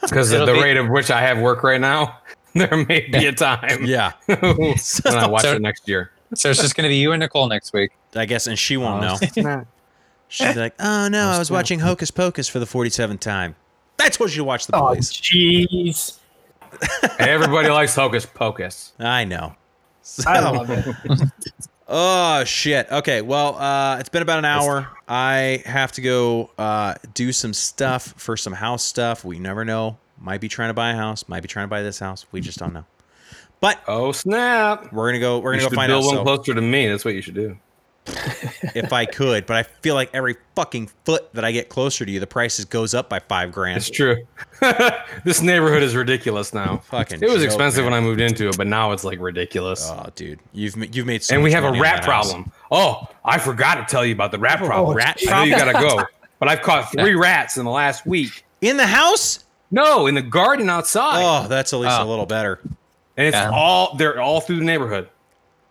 [SPEAKER 4] because at
[SPEAKER 5] It'll
[SPEAKER 4] the
[SPEAKER 5] be-
[SPEAKER 4] rate of which I have work right now, there may be a time
[SPEAKER 2] Yeah,
[SPEAKER 4] when I watch
[SPEAKER 5] So-
[SPEAKER 4] it next year.
[SPEAKER 5] So it's just gonna be you and Nicole next week.
[SPEAKER 2] I guess, and she
[SPEAKER 1] Oh,
[SPEAKER 2] won't know.
[SPEAKER 4] know.
[SPEAKER 2] She's like, "Oh no, I was watching Hocus Pocus for the forty-seventh time." That's what you watch the
[SPEAKER 1] Oh
[SPEAKER 2] boys.
[SPEAKER 1] jeez.
[SPEAKER 4] Everybody likes Hocus Pocus.
[SPEAKER 2] I know. So,
[SPEAKER 1] I love it.
[SPEAKER 2] Oh shit. Okay. Well, uh, it's been about an hour. I have to go uh, do some stuff for some house stuff. We never know. Might be trying to buy a house. Might be trying to buy this house. We just don't know. But
[SPEAKER 4] Oh snap!
[SPEAKER 2] we're gonna go. We're
[SPEAKER 4] You
[SPEAKER 2] gonna
[SPEAKER 4] should
[SPEAKER 2] go find out.
[SPEAKER 4] build one
[SPEAKER 2] So
[SPEAKER 4] closer to me. That's what you should do.
[SPEAKER 2] if I could, but I feel like every fucking foot that I get closer to you, the prices goes up by five grand.
[SPEAKER 4] It's true. this neighborhood is ridiculous now.
[SPEAKER 2] Fucking
[SPEAKER 4] It was
[SPEAKER 2] joke,
[SPEAKER 4] expensive
[SPEAKER 2] man.
[SPEAKER 4] when I moved into it, but now it's like ridiculous.
[SPEAKER 2] Oh, dude, you've ma- you've made so
[SPEAKER 4] and we
[SPEAKER 2] much
[SPEAKER 4] have a
[SPEAKER 2] money on
[SPEAKER 4] rat
[SPEAKER 2] that house.
[SPEAKER 4] problem. Oh, I forgot to tell you about the rat
[SPEAKER 2] Oh,
[SPEAKER 4] problem.
[SPEAKER 2] rat
[SPEAKER 4] I know you gotta go, but I've caught three rats in the last week.
[SPEAKER 2] in the house.
[SPEAKER 4] No, in the garden outside,
[SPEAKER 2] Oh, that's at least
[SPEAKER 5] Oh.
[SPEAKER 2] a little better.
[SPEAKER 4] and it's
[SPEAKER 5] yeah.
[SPEAKER 4] all they're all through the neighborhood.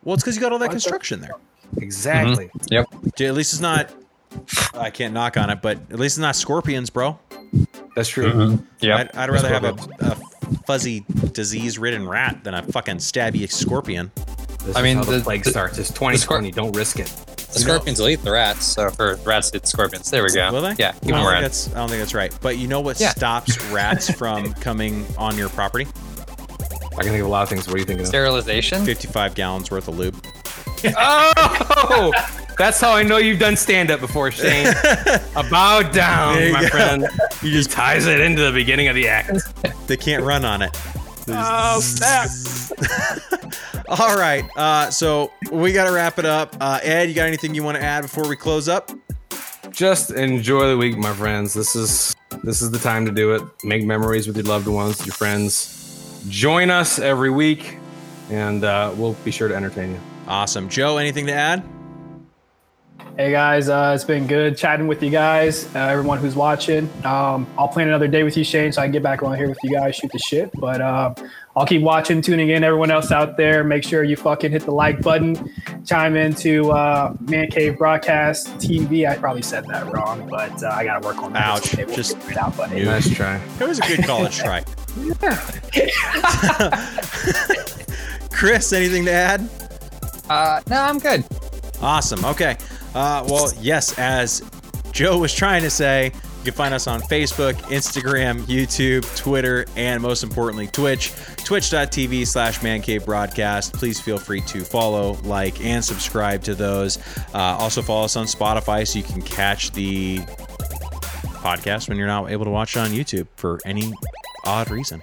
[SPEAKER 2] Well, it's because you got all that construction there.
[SPEAKER 4] Exactly.
[SPEAKER 5] Yep.
[SPEAKER 2] Dude, at least it's not. I can't knock on it, but at least it's not scorpions, bro.
[SPEAKER 4] That's true.
[SPEAKER 5] Mm-hmm. Yep.
[SPEAKER 2] I'd, I'd rather have a, a fuzzy, disease-ridden rat than a fucking stabby scorpion.
[SPEAKER 4] This
[SPEAKER 5] I
[SPEAKER 4] is
[SPEAKER 5] mean,
[SPEAKER 4] how the,
[SPEAKER 5] the-
[SPEAKER 4] plague
[SPEAKER 5] the-
[SPEAKER 4] starts. It's 2020. Don't risk it.
[SPEAKER 5] The scorpions will eat the rats, so or rats eat scorpions. There we go.
[SPEAKER 2] Will they? Oh.
[SPEAKER 5] Yeah,
[SPEAKER 2] I
[SPEAKER 5] even
[SPEAKER 2] don't,
[SPEAKER 5] more
[SPEAKER 2] think
[SPEAKER 5] rats.
[SPEAKER 2] that's, I don't think that's right. But you know what
[SPEAKER 5] Yeah.
[SPEAKER 2] stops rats from coming on your property?
[SPEAKER 4] I can think of a lot of things. What are you thinking of?
[SPEAKER 5] Sterilization.
[SPEAKER 2] Fifty-five gallons worth of lube.
[SPEAKER 4] Oh, that's how I know you've done stand up before, Shane. a bow
[SPEAKER 2] There
[SPEAKER 4] down,
[SPEAKER 2] you
[SPEAKER 4] my
[SPEAKER 2] go.
[SPEAKER 4] friend. He just ties it into the beginning of the act.
[SPEAKER 2] They can't run on it.
[SPEAKER 4] Oh, snap.
[SPEAKER 2] All right. Uh, so we got to wrap it up. Uh, Ed, you got anything you want to add before we close up?
[SPEAKER 4] Just enjoy the week, my friends. This is this is the time to do it. Make memories with your loved ones, your friends. Join us every week, and uh, we'll be sure to entertain you.
[SPEAKER 2] Awesome, Joe. Anything to add?
[SPEAKER 1] Hey guys, uh, it's been good chatting with you guys, uh, everyone who's watching. Um, I'll plan another day with you, Shane, so I can get back on here with you guys, shoot the shit. But uh, I'll keep watching, tuning in. Everyone else out there, make sure you fucking hit the like button, chime into uh, Man Cave Broadcast TV. I probably said that wrong, but uh, I gotta work on that.
[SPEAKER 2] Ouch.
[SPEAKER 1] It's okay, we'll
[SPEAKER 2] Just-
[SPEAKER 1] figure it out, buddy.
[SPEAKER 4] Nice try.
[SPEAKER 2] It was a good college try. Chris, anything to add?
[SPEAKER 5] Uh, no, I'm good.
[SPEAKER 2] Awesome. Okay. Uh, well, yes, as Joe was trying to say, you can find us on Facebook, Instagram, YouTube, Twitter, and most importantly, Twitch. Twitch.tv slash mancave broadcast. Please feel free to follow, like, and subscribe to those. Uh, also, follow us on Spotify so you can catch the podcast when you're not able to watch it on YouTube for any odd reason.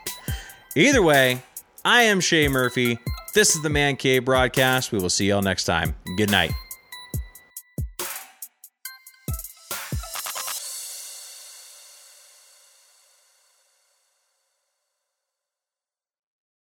[SPEAKER 2] Either way, I am Shay Murphy. This is the Man Cave broadcast. We will see y'all next time. Good night.